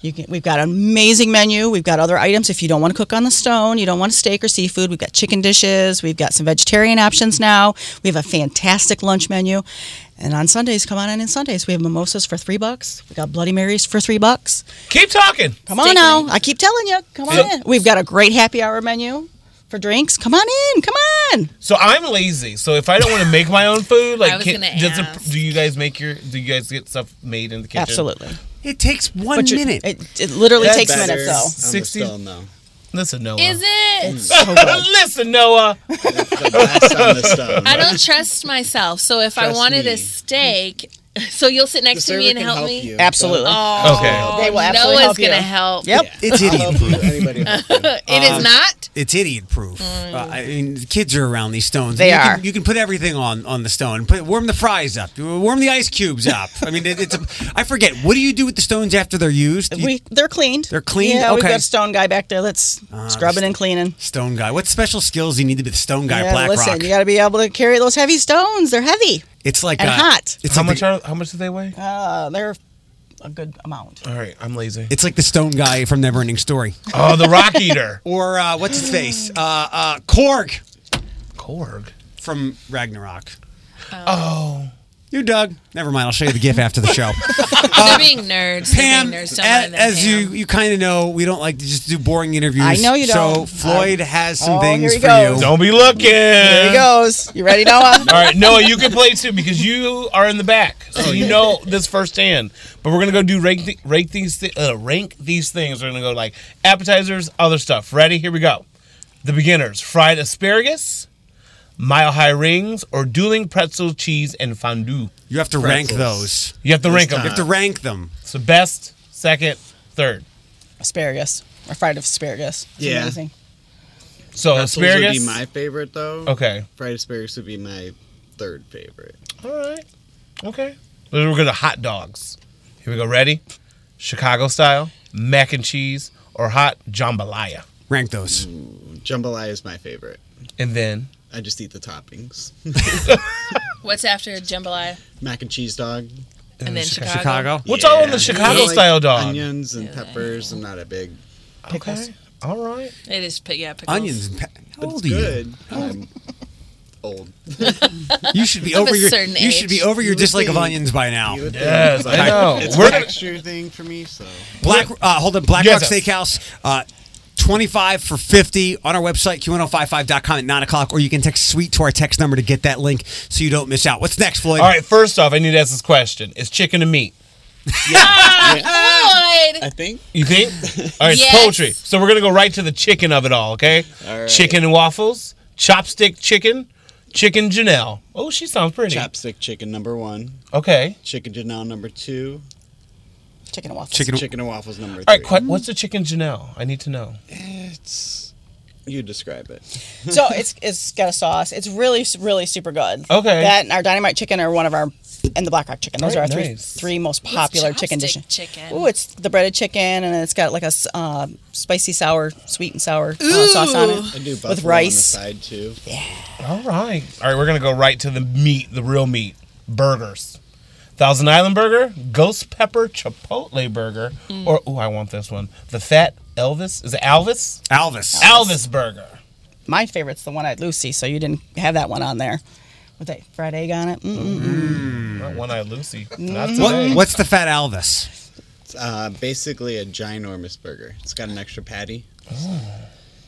You can, we've got an amazing menu. We've got other items if you don't want to cook on the stone, you don't want steak or seafood. We've got chicken dishes. We've got some vegetarian options now. We have a fantastic lunch menu. And on Sundays, come on in. On Sundays, we have mimosas for three bucks. We got Bloody Marys for three bucks.
Keep talking.
Come on now. I keep telling you. Come on
Yeah.
in. We've got a great happy hour menu for drinks. Come on in. Come on.
So I'm lazy. So if I don't want to make my own food,
I
like,
was
can,
gonna
does the-
ask.
do you guys make your? Do you guys get stuff made in the kitchen?
Absolutely.
It takes one
But you-
minute.
It, it literally
That's
takes
better.
minutes, though.
Sixty.
no.
Listen, Noah.
Is
Mm.
it?
Listen, Noah.
The glass on the stone.
I don't trust myself. So if I
Trust
wanted
me.
a steak, So you'll sit next
The
to me and
server can
help,
help
me.
you. Absolutely.
Oh,
Okay.
They will absolutely
Noah's
help you.
gonna help.
Yep.
It's idiot proof.
it
Um,
is not. Mm.
It's idiot proof. Uh, I mean, kids are around these stones.
They
you
are.
Can, you can put everything on on the stone. Put warm the fries up. Warm the ice cubes up. I mean, it, it's. A, I forget. What do you do with the stones after they're used? You-
We they're cleaned.
They're cleaned?
Yeah, we've
Okay.
got a stone guy back there that's
Ah,
scrubbing
the
and cleaning.
stone guy. What special skills do you need to be the stone guy?
yeah,
at Black
listen,
Rock.
you got to be able to carry those heavy stones. They're heavy.
It's like
and
uh,
hot.
It's
how
like
much
the,
are how much do they weigh?
Uh, they're a good amount.
All right, I'm lazy.
It's like the stone guy from Neverending Story.
Oh, the Rock Eater.
or uh, what's his face? Uh, uh, Korg
Korg
from Ragnarok.
Oh.
You Doug. Never mind. I'll show you the gif after the show.
They're being nerds.
Pam, eh.
They're being nerds.
as,
Don't mind them,
as you,
Pam.
you kind of know, we don't like to just do boring interviews.
I know you
So
don't.
Floyd has some
Oh, here
things
he
for
goes.
you.
Don't be looking.
There he goes. You ready, Noah?
All right, Noah, you can play too because you are in the back,
Oh,
so you know this firsthand. But we're gonna go do rank th- rank these thi- uh, rank these things. We're gonna go like appetizers, other stuff. Ready? Here we go. The beginners: fried asparagus, mile high rings, or dueling pretzel cheese and fondue.
You have to rank those.
You have to rank them.
You have to rank them.
So best, second, third.
asparagus. Or fried asparagus. It's
Yeah.
Amazing.
So
Pretzels
asparagus.
would be my favorite though.
Okay.
Fried asparagus would be my third favorite.
All right. Okay. Then we're going to hot dogs. Here we go. Ready? Chicago style, mac and cheese, or hot jambalaya.
Rank those.
Mm, Jambalaya is my favorite.
And then
I just eat the toppings.
What's after jambalaya?
Mac and cheese dog.
And, then Uh, Chicago.
Chicago.
what's all in
Yeah.
the Chicago
I like
style dog?
Onions and peppers. I'm not a big.
Pickles.
Okay. All right.
It is pi- yeah pickles.
Onions and pe- How
But it's
old are you?
good. I'm old.
You should be
Of
over
a
your
certain
you should be
age.
over your
You would
dislike of
think-
onions by now.
You would think
Yes, I know.
It's
We're
a
gonna-
texture thing for me, so.
Black uh, hold on, Black
Yes,
Rock
sir.
Steakhouse, uh, 25 for 50 on our website, q1055.com at 9 o'clock, or you can text sweet to our text number to get that link so you don't miss out. What's next, Floyd?
all right. First off, I need to ask this question: Is chicken and meat?
Ah, Good.
I think.
You think? All right,
Yes.
it's poultry. So we're gonna go right to the chicken of it all, okay?
All right.
Chicken and waffles, chopstick chicken, chicken Janelle. Oh, she sounds pretty.
Chopstick chicken number one.
Okay.
Chicken Janelle number two.
Chicken and waffles.
Chicken.
Chicken and waffles number three.
All right. Qu- what's a chicken Janelle? I need to know.
It's. You describe it.
so it's it's got a sauce. It's really really super good.
Okay.
That and our dynamite chicken are one of our and the black rock chicken. Those are
All
our
right,
three
nice.
three most popular chicken dishes.
chopstick chicken?
Ooh, it's the breaded chicken and it's got like a s- uh, spicy sour, sweet and sour uh, sauce on
I
it
do buffalo
with rice.
on the side too.
All right. All right, we're going to go right to the meat, the real meat burgers. Thousand Island Burger, Ghost Pepper Chipotle Burger,
Hmm.
or, oh, I want this one. The Fat Elvis. Is it Alvis?
Alvis.
Alvis Burger.
My favorite's the one at Lucy, so you didn't have that one on there. With that fried egg on it.
Mm.
Mm-mm.
Mm. Not One Eyed Lucy. Not today.
What, what's the fat Alvis?
It's uh, basically a ginormous burger. It's got an extra patty.
Mm.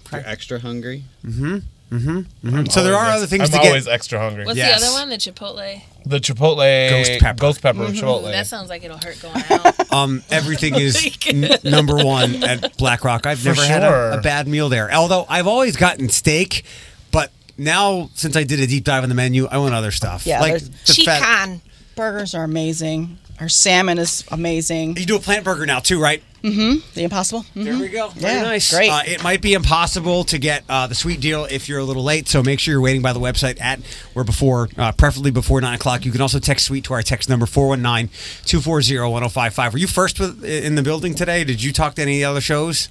If you're extra hungry,
Mm-hmm, So there are other things
I'm
to
always
get.
extra hungry.
What's
Yes.
the other one? The chipotle.
The Chipotle
Ghost pepper.
Ghost Pepper
Mm-hmm.
Chipotle.
That sounds like it'll hurt going out.
Um, everything is n- number one at Black Rock. I've never had
sure.
a, a bad meal there. Although I've always gotten steak, but now since I did a deep dive on the menu, I want other stuff.
Yeah,
like
there's-
the fat.
Chican.
Burgers are amazing. Our salmon is amazing.
You do a plant burger now too, right?
The impossible. Mhm.
There we go. Very
Yeah,
nice.
great.
Uh, it might be impossible to get uh, the sweet deal if you're a little late, so make sure you're waiting by the website at or before, uh, preferably before 9 o'clock. You can also text sweet to our text number 419 240 1055. Were you first with, in the building today? Did you talk to any of the other shows?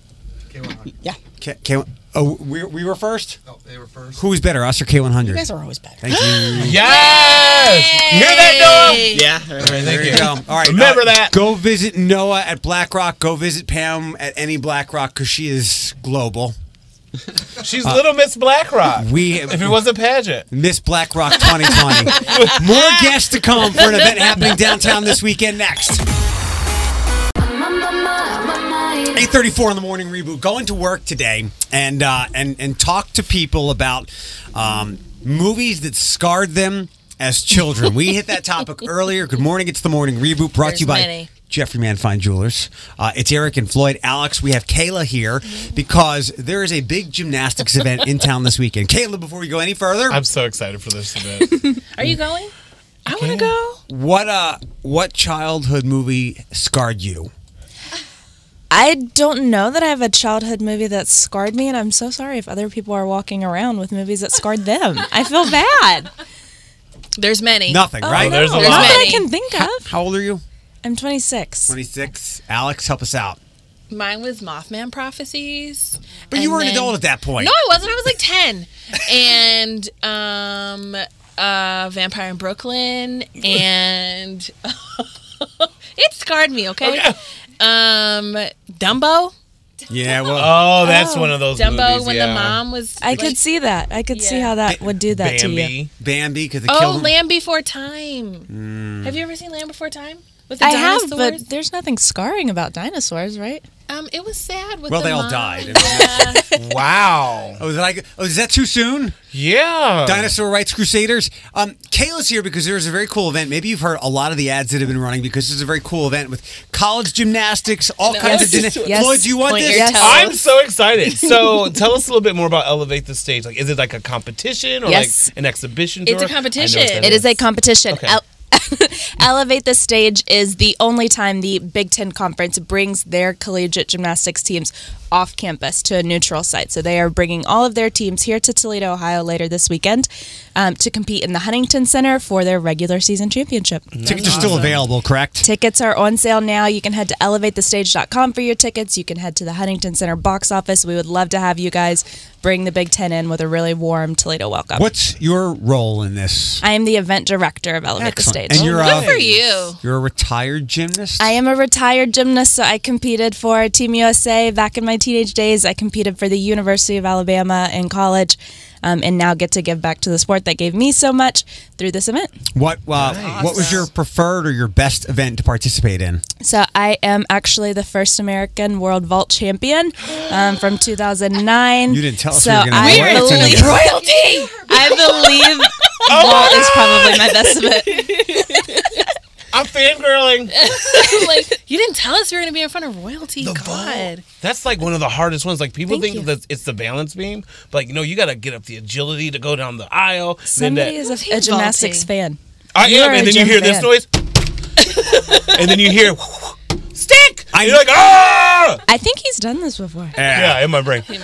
Yeah.
K- K- oh, we, we were first?
oh, they were first.
Who's better, us or K100?
You guys are always better.
Thank you.
yes! Hear that, Noah?
Yeah, all right, thank
There you go. All right.
Remember that.
Go visit Noah at Black Rock. Go visit Pam at any Black Rock because she is global. Uh,
She's Little Miss Blackrock.
We
if it was a pageant.
Miss Black Rock 2020. More guests to come for an event happening downtown this weekend next. 8:34 in the morning reboot. Going to work today and uh, and and talk to people about um, movies that scarred them as children. we hit that topic earlier. Good morning. It's the morning reboot brought to you by
There's many.
Jeffrey Manfine Jewelers. Uh, it's Eric and Floyd, Alex. We have Kayla here because there is a big gymnastics event in town this weekend. Kayla, before we go any further,
I'm so excited for this event.
Are you going? I want to go.
What uh what childhood movie scarred you?
I don't know that I have a childhood movie that scarred me, and I'm so sorry if other people are walking around with movies that scarred them. I feel bad.
There's many.
Nothing, right?
there's a lot that I can think
How,
of.
how old are you?
I'm 26.
26. Alex, help us out.
Mine was Mothman prophecies.
But you
and
were an
then-
adult at that point.
No, I wasn't. I was like ten. and um, uh, Vampire in Brooklyn, and it scarred me. Okay. Um, Dumbo.
Yeah, well.
Oh, that's one of those
Dumbo
movies,
when
yeah.
the mom was.
I could see that. I could see how that would do that to you.
Bambi because it Hmm.
Oh,
killed him.
Land Before Time. Have you ever seen Land Before Time? With the
I have,
dinosaurs?
but there's nothing scarring about dinosaurs, right?
um, it was sad. With
well,
the
they all
mom.
died. I mean,
wow.
Oh, is, that, oh, is that too soon?
Yeah.
Dinosaur Rights Crusaders. Um, Kayla's here because there's a very cool event. Maybe you've heard a lot of the ads that have been running because this is a very cool event with college gymnastics, all
No,
kinds of
yes.
gymnastics.
Yes.
Floyd, do you want
Point
this?
your toes. I'm so excited. So tell us a little bit more about Elevate the Stage. Like, is it like a competition or
Yes.
like an exhibition?
It's a
tour? I know
competition.
it's not
It is a competition. El- Elevate the Stage is the only time the Big Ten Conference brings their collegiate gymnastics teams off campus to a neutral site. So they are bringing all of their teams here to Toledo, Ohio later this weekend um, to compete in the Huntington Center for their regular season championship.
Tickets are still available, correct?
Tickets are on sale now. You can head to elevatethestage.com for your tickets. You can head to the Huntington Center box office. We would love to have you guys bring the Big Ten in with a really warm Toledo welcome.
What's your role in this?
I am the event director of Elevate the Stage.
And you're uh,
you.
You're a retired gymnast.
I am a retired gymnast, so I competed for Team USA back in my teenage days. I competed for the University of Alabama in college, um, and now get to give back to the sport that gave me so much through this event.
What uh, what was your preferred or your best event to participate in?
So I am actually the first American world vault champion um, from 2009.
You didn't tell us
So
we were gonna
I
do vaults in
believe
here.
I believe
Oh
vault
my
is probably my best event.
I'm fangirling.
like you didn't tell us we were gonna be in front of royalty. God.
That's like one of the hardest ones. Like people think that it's the balance beam, but like no, you got to get up the agility to go down the aisle. and then
Somebody
that-
is a, a gymnastics fan.
I
You
am,
are
and
a
then you
gym
hear this
fan.
noise, and then you hear stick. And you're like, ah!
I think he's done this before.
Yeah, in my brain.
I,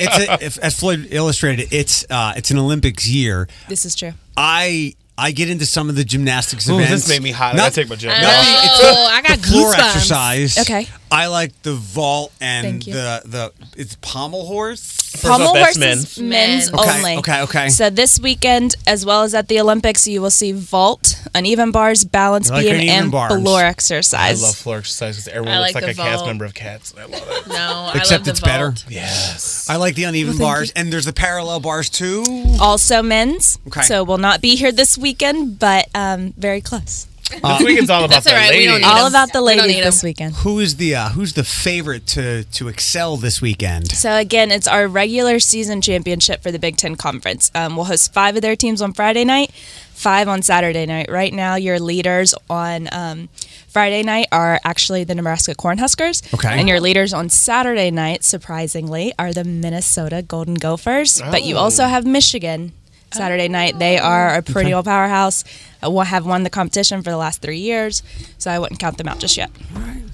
it's a, if, as Floyd illustrated, it's uh, it's an Olympics year.
This is true.
I I get into some of the gymnastics
Ooh, this
events.
made me hot. I gotta take my jacket
nothing-
off.
it's
Oh,
the-
I got
the floor
goosebumps.
exercise.
Okay.
I like the vault and
Thank you.
the the it's pommel horse.
Pommel horses, men's
Okay,
only.
Okay, okay.
So this weekend, as well as at the Olympics, you will see vault, uneven bars, balance
I like
beam,
uneven
and
bars.
floor exercise.
I love floor exercise because everyone
I
looks
like
like
the
a cast
vault.
member of Cats. I love it.
No,
Except it's better.
Yes.
I like the uneven
Well, thank
bars,
you.
and there's the parallel bars too.
also men's.
Okay.
So we'll not be here this weekend, but um, very close.
Uh,
weekend's all about That's the all right, we don't ladies. need
All
'em.
about the
We don't
ladies
need
this weekend.
Who is the uh, who's the favorite to to excel this weekend?
So again, it's our regular season championship for the Big Ten Conference. Um, we'll host five of their teams on Friday night, five on Saturday night. Right now, your leaders on um, Friday night are actually the Nebraska Cornhuskers,
Okay.
and your leaders on Saturday night, surprisingly, are the Minnesota Golden Gophers. But you
Oh.
also have Michigan. Saturday night, they are a pretty
Okay.
old powerhouse. Uh, will have won the competition for the last three years, so I wouldn't count them out just yet.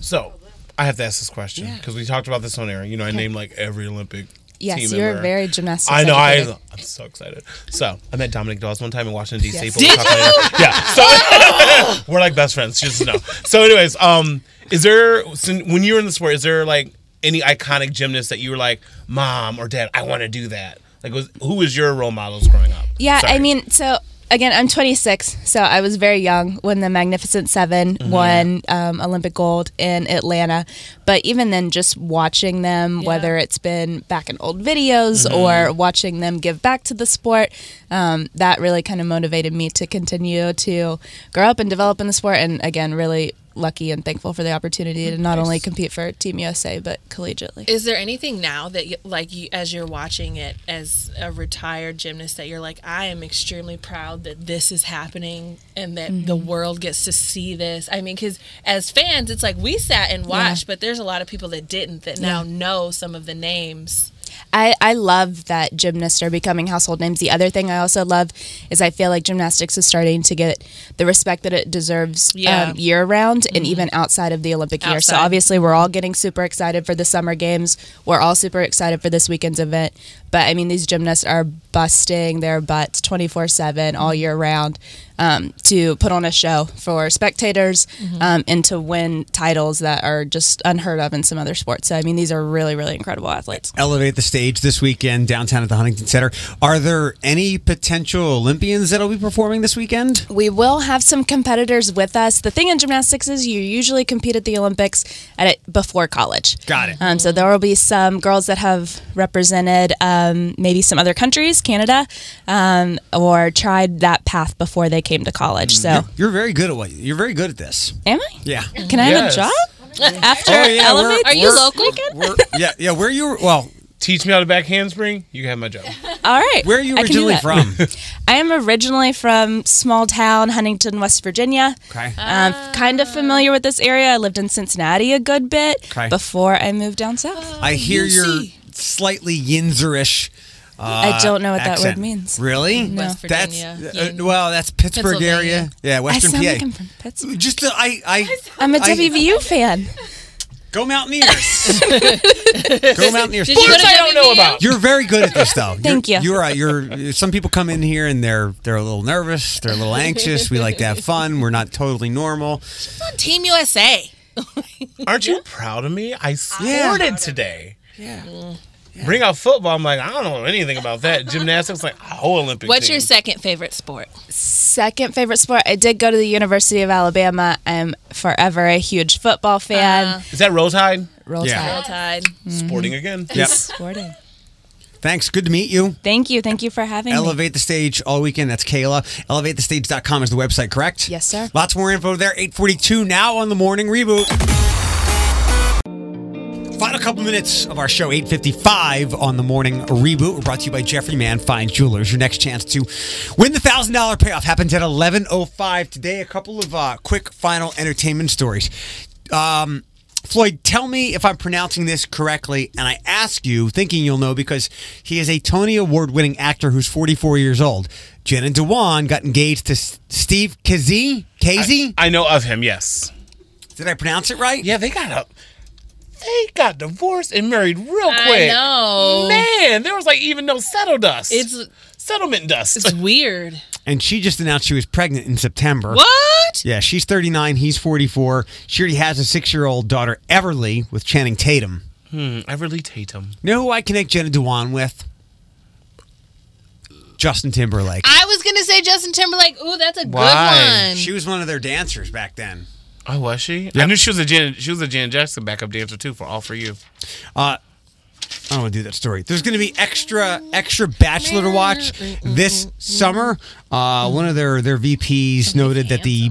So I have to ask this question because we talked about this on air. You know, I
Okay.
named like every Olympic.
Yes,
team
you're
ever.
very gymnastics
I know. I,
educated.
I'm so excited. So I met Dominic Dawes one time in Washington D.C.
Yes.
but we'll
Did
talk later. Yeah. So we're like best friends. Just know. So, anyways, um, is there sin- when you were in the sport? Is there like any iconic gymnast that you were like, mom or dad, I want to do that? Like, was who was your role models growing up?
Yeah,
Sorry.
I mean, so again, I'm 26, so I was very young when the Magnificent 7
Mm-hmm.
won um, Olympic gold in Atlanta. But even then, just watching them, whether it's been back in old videos
Mm-hmm.
or watching them give back to the sport, um, that really kind of motivated me to continue to grow up and develop in the sport. And again, really lucky and thankful for the opportunity to not only compete for Team USA but collegiately.
Is there anything now that, you, like, you, as you're watching it as a retired gymnast, that you're like, I am extremely proud that this is happening and that the
Mhm.
world gets to see this? I mean, because as fans, it's like we sat and watched, but there's a lot of people that didn't that now
Yeah.
know some of the names.
I, I love that gymnasts are becoming household names. The other thing I also love is I feel like gymnastics is starting to get the respect that it deserves
Yeah. Mm-hmm.
um, year round and even outside of the Olympic year. So
Outside.
obviously, we're all getting super excited for the summer games. We're all super excited for this weekend's event. But I mean, these gymnasts are busting their butts 24 7
Mm-hmm.
all year round um, to put on a show for spectators
Mm-hmm.
um, and to win titles that are just unheard of in some other sports. So, I mean, these are really, really incredible athletes.
Elevate the stage this weekend downtown at the Huntington Center. Are there any potential Olympians that'll be performing this weekend?
We will have some competitors with us. The thing in gymnastics is you usually compete at the Olympics at it before college.
Got it.
Um, so there will be some girls that have represented um, maybe some other countries, Canada, um, or tried that path before they came to college. So
You're very good at what you're very good at this.
am I?
Yeah.
Can
Mm-hmm.
I
Yes.
have a job after
Oh, yeah, we're-
Elevate?
Are you we're-
local?
Yeah, yeah. Where you? Well,
teach me how to back handspring. You can have my job.
All right.
Where are you
I can do
originally
that.
from?
I am originally from small town Huntington, West Virginia.
Okay.
Um, kind of familiar with this area. I lived in Cincinnati a good bit
Okay.
before I moved down south.
I hear you're slightly Yinzerish. Uh,
I don't know what that word
accent.
means.
Really?
No. West
That's
Virginia.
uh, well, that's Pittsburgh area. Yeah, Western
I sound
PA.
Like I'm from Pittsburgh.
Just uh, I, I,
I'm a
I-
WVU fan.
Go Mountaineers. Go Mountaineers.
Did you go to Sports I don't know WVU? about.
You're very good at this, though.
Thank
you're,
you.
You're right. You're. Some people come in here and they're they're a little nervous. They're a little anxious. We like to have fun. We're not totally normal.
It's on Team USA.
Aren't you proud of me? I scored
Yeah.
it today.
Yeah.
Bring out football. I'm like, I don't know anything about that. Gymnastics, like, a whole Olympic.
What's
team.
your second favorite sport?
Second favorite sport. I did go to the University of Alabama. I'm forever a huge football fan.
Is that Rose Hyde?
Roll
Yeah.
Tide.
Roll
Tide.
Mm-hmm.
Sporting again.
Yep.
Uh, Sporting.
Thanks. Good to meet you.
Thank you. Thank you for having me.
Elevate the Stage all weekend. That's Kayla. ElevateTheStage.com is the website, correct?
Yes, sir.
Lots more info there. 842 now on the morning reboot. Final couple minutes of our show, 855 on the morning reboot. We're brought to you by Jeffrey Mann Fine Jewelers. Your next chance to win the $1,000 payoff happens at 11.05 today. A couple of uh, quick final entertainment stories. Um, Floyd, tell me if I'm pronouncing this correctly, and I ask you, thinking you'll know, because he is a Tony Award winning actor who's 44 years old. Jen and Dewan got engaged to S- Steve Kazee. Kazee?
I know of him, yes.
Did I pronounce it right?
Yeah, they got up. They got divorced and married real
I
quick.
know.
Man, there was like even no settle dust.
It's-
settlement dust.
It's weird.
And she just announced she was pregnant in September.
What?
Yeah, she's 39, he's 44. She already has a six year old daughter, Everly, with Channing Tatum.
Hmm, Everly Tatum.
You know who I connect Jenna Dewan with? Justin Timberlake.
I was gonna say Justin Timberlake. Ooh, that's a good one.
She was one of their dancers back then.
Oh, was she? I knew she was a Jan. She was a Jan Jackson backup dancer too for All for You.
Uh, I don't want to do that story. There's going to be extra extra Bachelor to watch this summer. Uh, one of their their VPs noted that the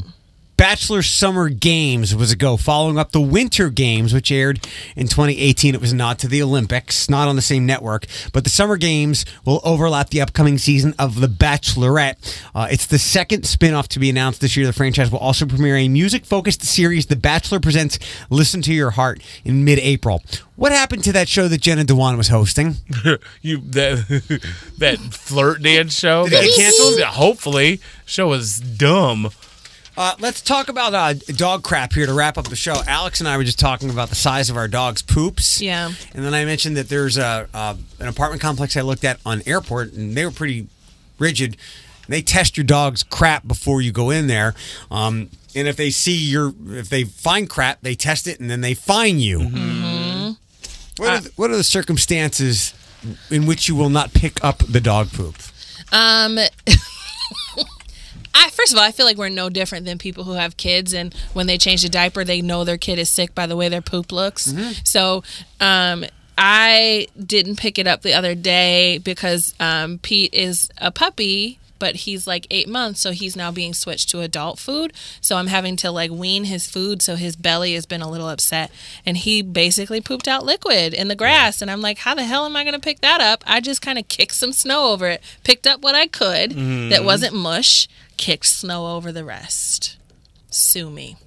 Bachelor Summer Games was a go, following up the Winter Games, which aired in 2018. It was not to the Olympics, not on the same network, but the Summer Games will overlap the upcoming season of The Bachelorette. Uh, it's the second spin off to be announced this year. The franchise will also premiere a music focused series, The Bachelor Presents Listen to Your Heart, in mid April. What happened to that show that Jenna Dewan was hosting?
you that that flirt dance show.
Did it get
that-
canceled?
that Hopefully, show was dumb.
Uh, let's talk about uh, dog crap here to wrap up the show. Alex and I were just talking about the size of our dog's poops.
Yeah.
And then I mentioned that there's a uh, an apartment complex I looked at on airport, and they were pretty rigid. They test your dog's crap before you go in there, um, and if they see your if they find crap, they test it and then they fine you.
Mm-hmm.
What,
Uh,
are the, what are the circumstances in which you will not pick up the dog poop?
Um, I first of all, I feel like we're no different than people who have kids, and when they change the diaper, they know their kid is sick by the way their poop looks.
Mm-hmm.
Mm-hmm.
Mhm.
So, um. I didn't pick it up the other day because um, Pete is a puppy, but he's like eight months, so he's now being switched to adult food. So I'm having to like wean his food, so his belly has been a little upset. And he basically pooped out liquid in the grass, and I'm like, how the hell am I going to pick that up? I just kind of kicked some snow over it, picked up what I could that
Mhm.
wasn't mush, kicked snow over the rest. Sue me.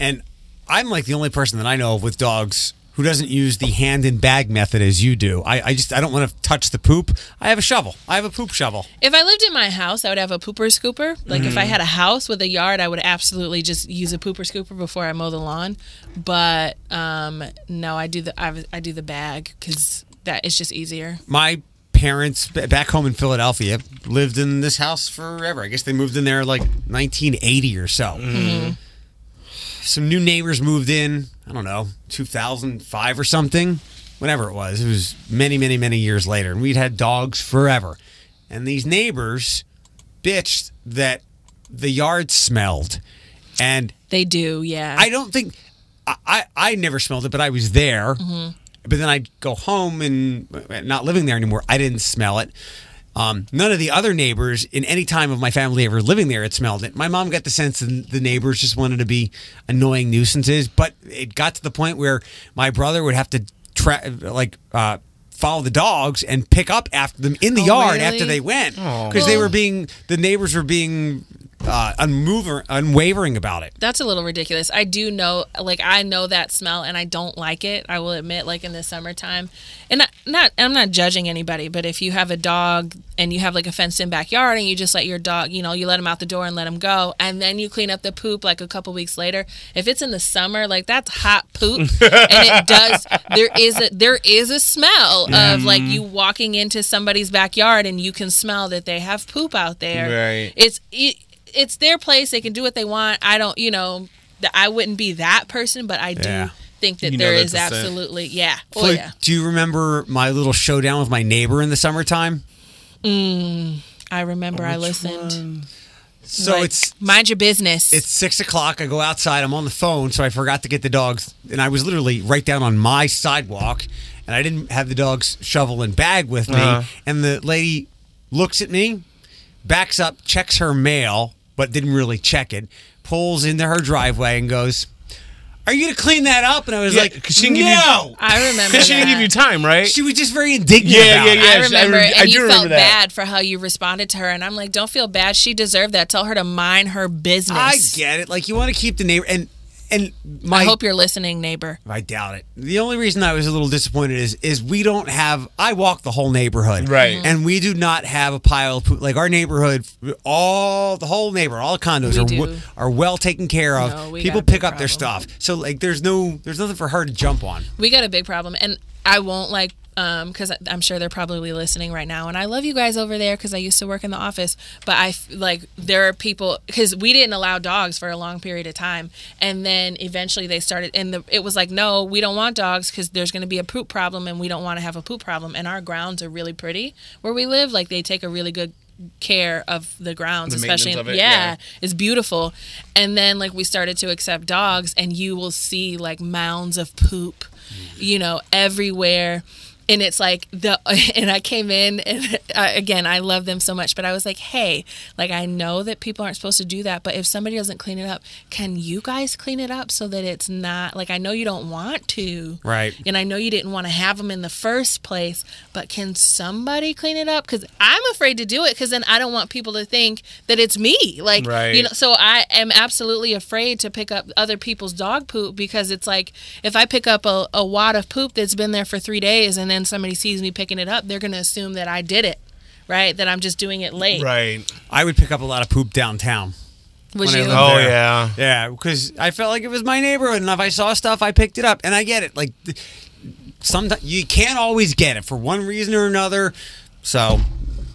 And I'm like the only person that I know of with dogs who doesn't use the hand in bag method as you do. I, I just I don't want to touch the poop. I have a shovel. I have a poop shovel.
If I lived in my house, I would have a pooper scooper. Like if I
Mhm.
had a house with a yard, I would absolutely just use a pooper scooper before I mow the lawn. But um, no, I do the I, I do the bag because that is just easier.
My parents b- back home in Philadelphia lived in this house forever. I guess they moved in there like 1980 or so.
Mhm.
Some new neighbors moved in. I don't know, 2005 or something. Whenever it was, it was many, many, many years later, and we'd had dogs forever. And these neighbors bitched that the yard smelled, and
They do, yeah.
I don't think I I, I never smelled it, but I was there.
Mhm.
Mm-hmm.
But then I'd go home and not living there anymore. I didn't smell it. Um, none of the other neighbors in any time of my family ever living there had smelled it. My mom got the sense that the neighbors just wanted to be annoying nuisances, but it got to the point where my brother would have to tra- like uh, follow the dogs and pick up after them in the
Oh,
yard
really?
after they went
Oh.
because they
Well-
were being the neighbors were being uh, unmover unwavering about it.
That's a little ridiculous. I do know, like, I know that smell, and I don't like it. I will admit, like in the summertime, and not, not I'm not judging anybody, but if you have a dog and you have like a fenced-in backyard, and you just let your dog, you know, you let him out the door and let him go, and then you clean up the poop like a couple weeks later. If it's in the summer, like that's hot poop, and it does. There is a there is a smell of like
Mhm.
you walking into somebody's backyard, and you can smell that they have poop out there
Right.
it's it, it's their place. They can do what they want. I don't, you know, th- I wouldn't be that person, but I do
Yeah.
think that
You know
there
that
is
percent.
absolutely, yeah, oh
Floyd,
yeah.
do you remember my little showdown with my neighbor in the summertime?
Mm, I remember. I listened.
So it's
mind your business.
It's six o'clock. I go outside. I'm on the phone, so I forgot to get the dogs, and I was literally right down on my sidewalk, and I didn't have the dogs shovel and bag with me.
Uh-huh.
And the lady looks at me, backs up, checks her mail, but didn't really check it. Pulls into her driveway and goes, "Are you gonna clean that up?" And I was
Yeah,
like,
'cause she didn't give you-
"No."
I remember.
Because she didn't give you time, right?
She was just very indignant.
Yeah,
about
yeah,
it.
yeah.
I remember,
I,
and
do
you felt
remember that.
bad for how you responded to her, and I'm like, don't feel bad. She deserved that. Tell her to mind her business.
I get it. Like you want to keep the neighbor and and my
I hope you're listening, neighbor.
I doubt it. The only reason I was a little disappointed is is we don't have. I walk the whole neighborhood,
Right. Mhm.
And we do not have a pile of poop. Like our neighborhood, all the whole neighbor, all the condos
We
are
do.
w- are well taken care of.
No, we
People
got a big
pick up their stuff, so like there's no there's nothing for her to jump on.
We got a big problem, and I won't like um because I'm sure they're probably listening right now. And I love you guys over there because I used to work in the office, but I f- like there are people because we didn't allow dogs for a long period of time, and then eventually they started, and the, it was like, no, we don't want dogs because there's going to be a poop problem, and we don't want to have a poop problem. And our grounds are really pretty where we live; like they take a really good care of the grounds,
The
especially
maintenance of it,
yeah,
yeah.
it's beautiful. And then like we started to accept dogs and you will see like mounds of poop, you know, everywhere. And it's like the and I came in and uh, again I love them so much, but I was like, hey, like I know that people aren't supposed to do that, but if somebody doesn't clean it up, can you guys clean it up so that it's not like I know you don't want to,
Right.
and I know you didn't want to have them in the first place, but can somebody clean it up? Because I'm afraid to do it because then I don't want people to think that it's me. Like,
Right.
you know, so I am absolutely afraid to pick up other people's dog poop because it's like if I pick up a, a wad of poop that's been there for three days and then somebody sees me picking it up, they're going to assume that I did it, right? That I'm just doing it late.
Right.
I would pick up a lot of poop downtown.
Would
when I
you?
lived
Oh,
there.
yeah.
yeah. Because I felt like it was my neighborhood, and if I saw stuff, I picked it up. And I get it. Like sometimes you can't always get it for one reason or another. So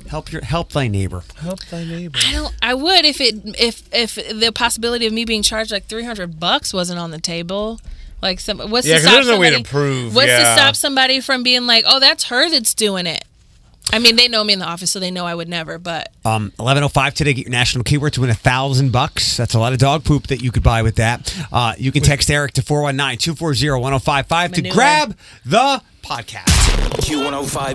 help your help thy neighbor.
Help thy neighbor.
I don't. I would if it if if the possibility of me being charged like three hundred bucks wasn't on the table. Like some what's
Yeah,
to
'cause
stop
there's no way to
somebody-
prove,
What's
yeah.
to stop somebody from being like, oh, that's her that's doing it. I mean, they know me in the office, so they know I would never. But
Um, 1105 today, get your national keyword to win a thousand bucks. That's a lot of dog poop that you could buy with that. Uh, you can text Eric to 419 240 1055 to
Manure.
grab the podcast.
Q105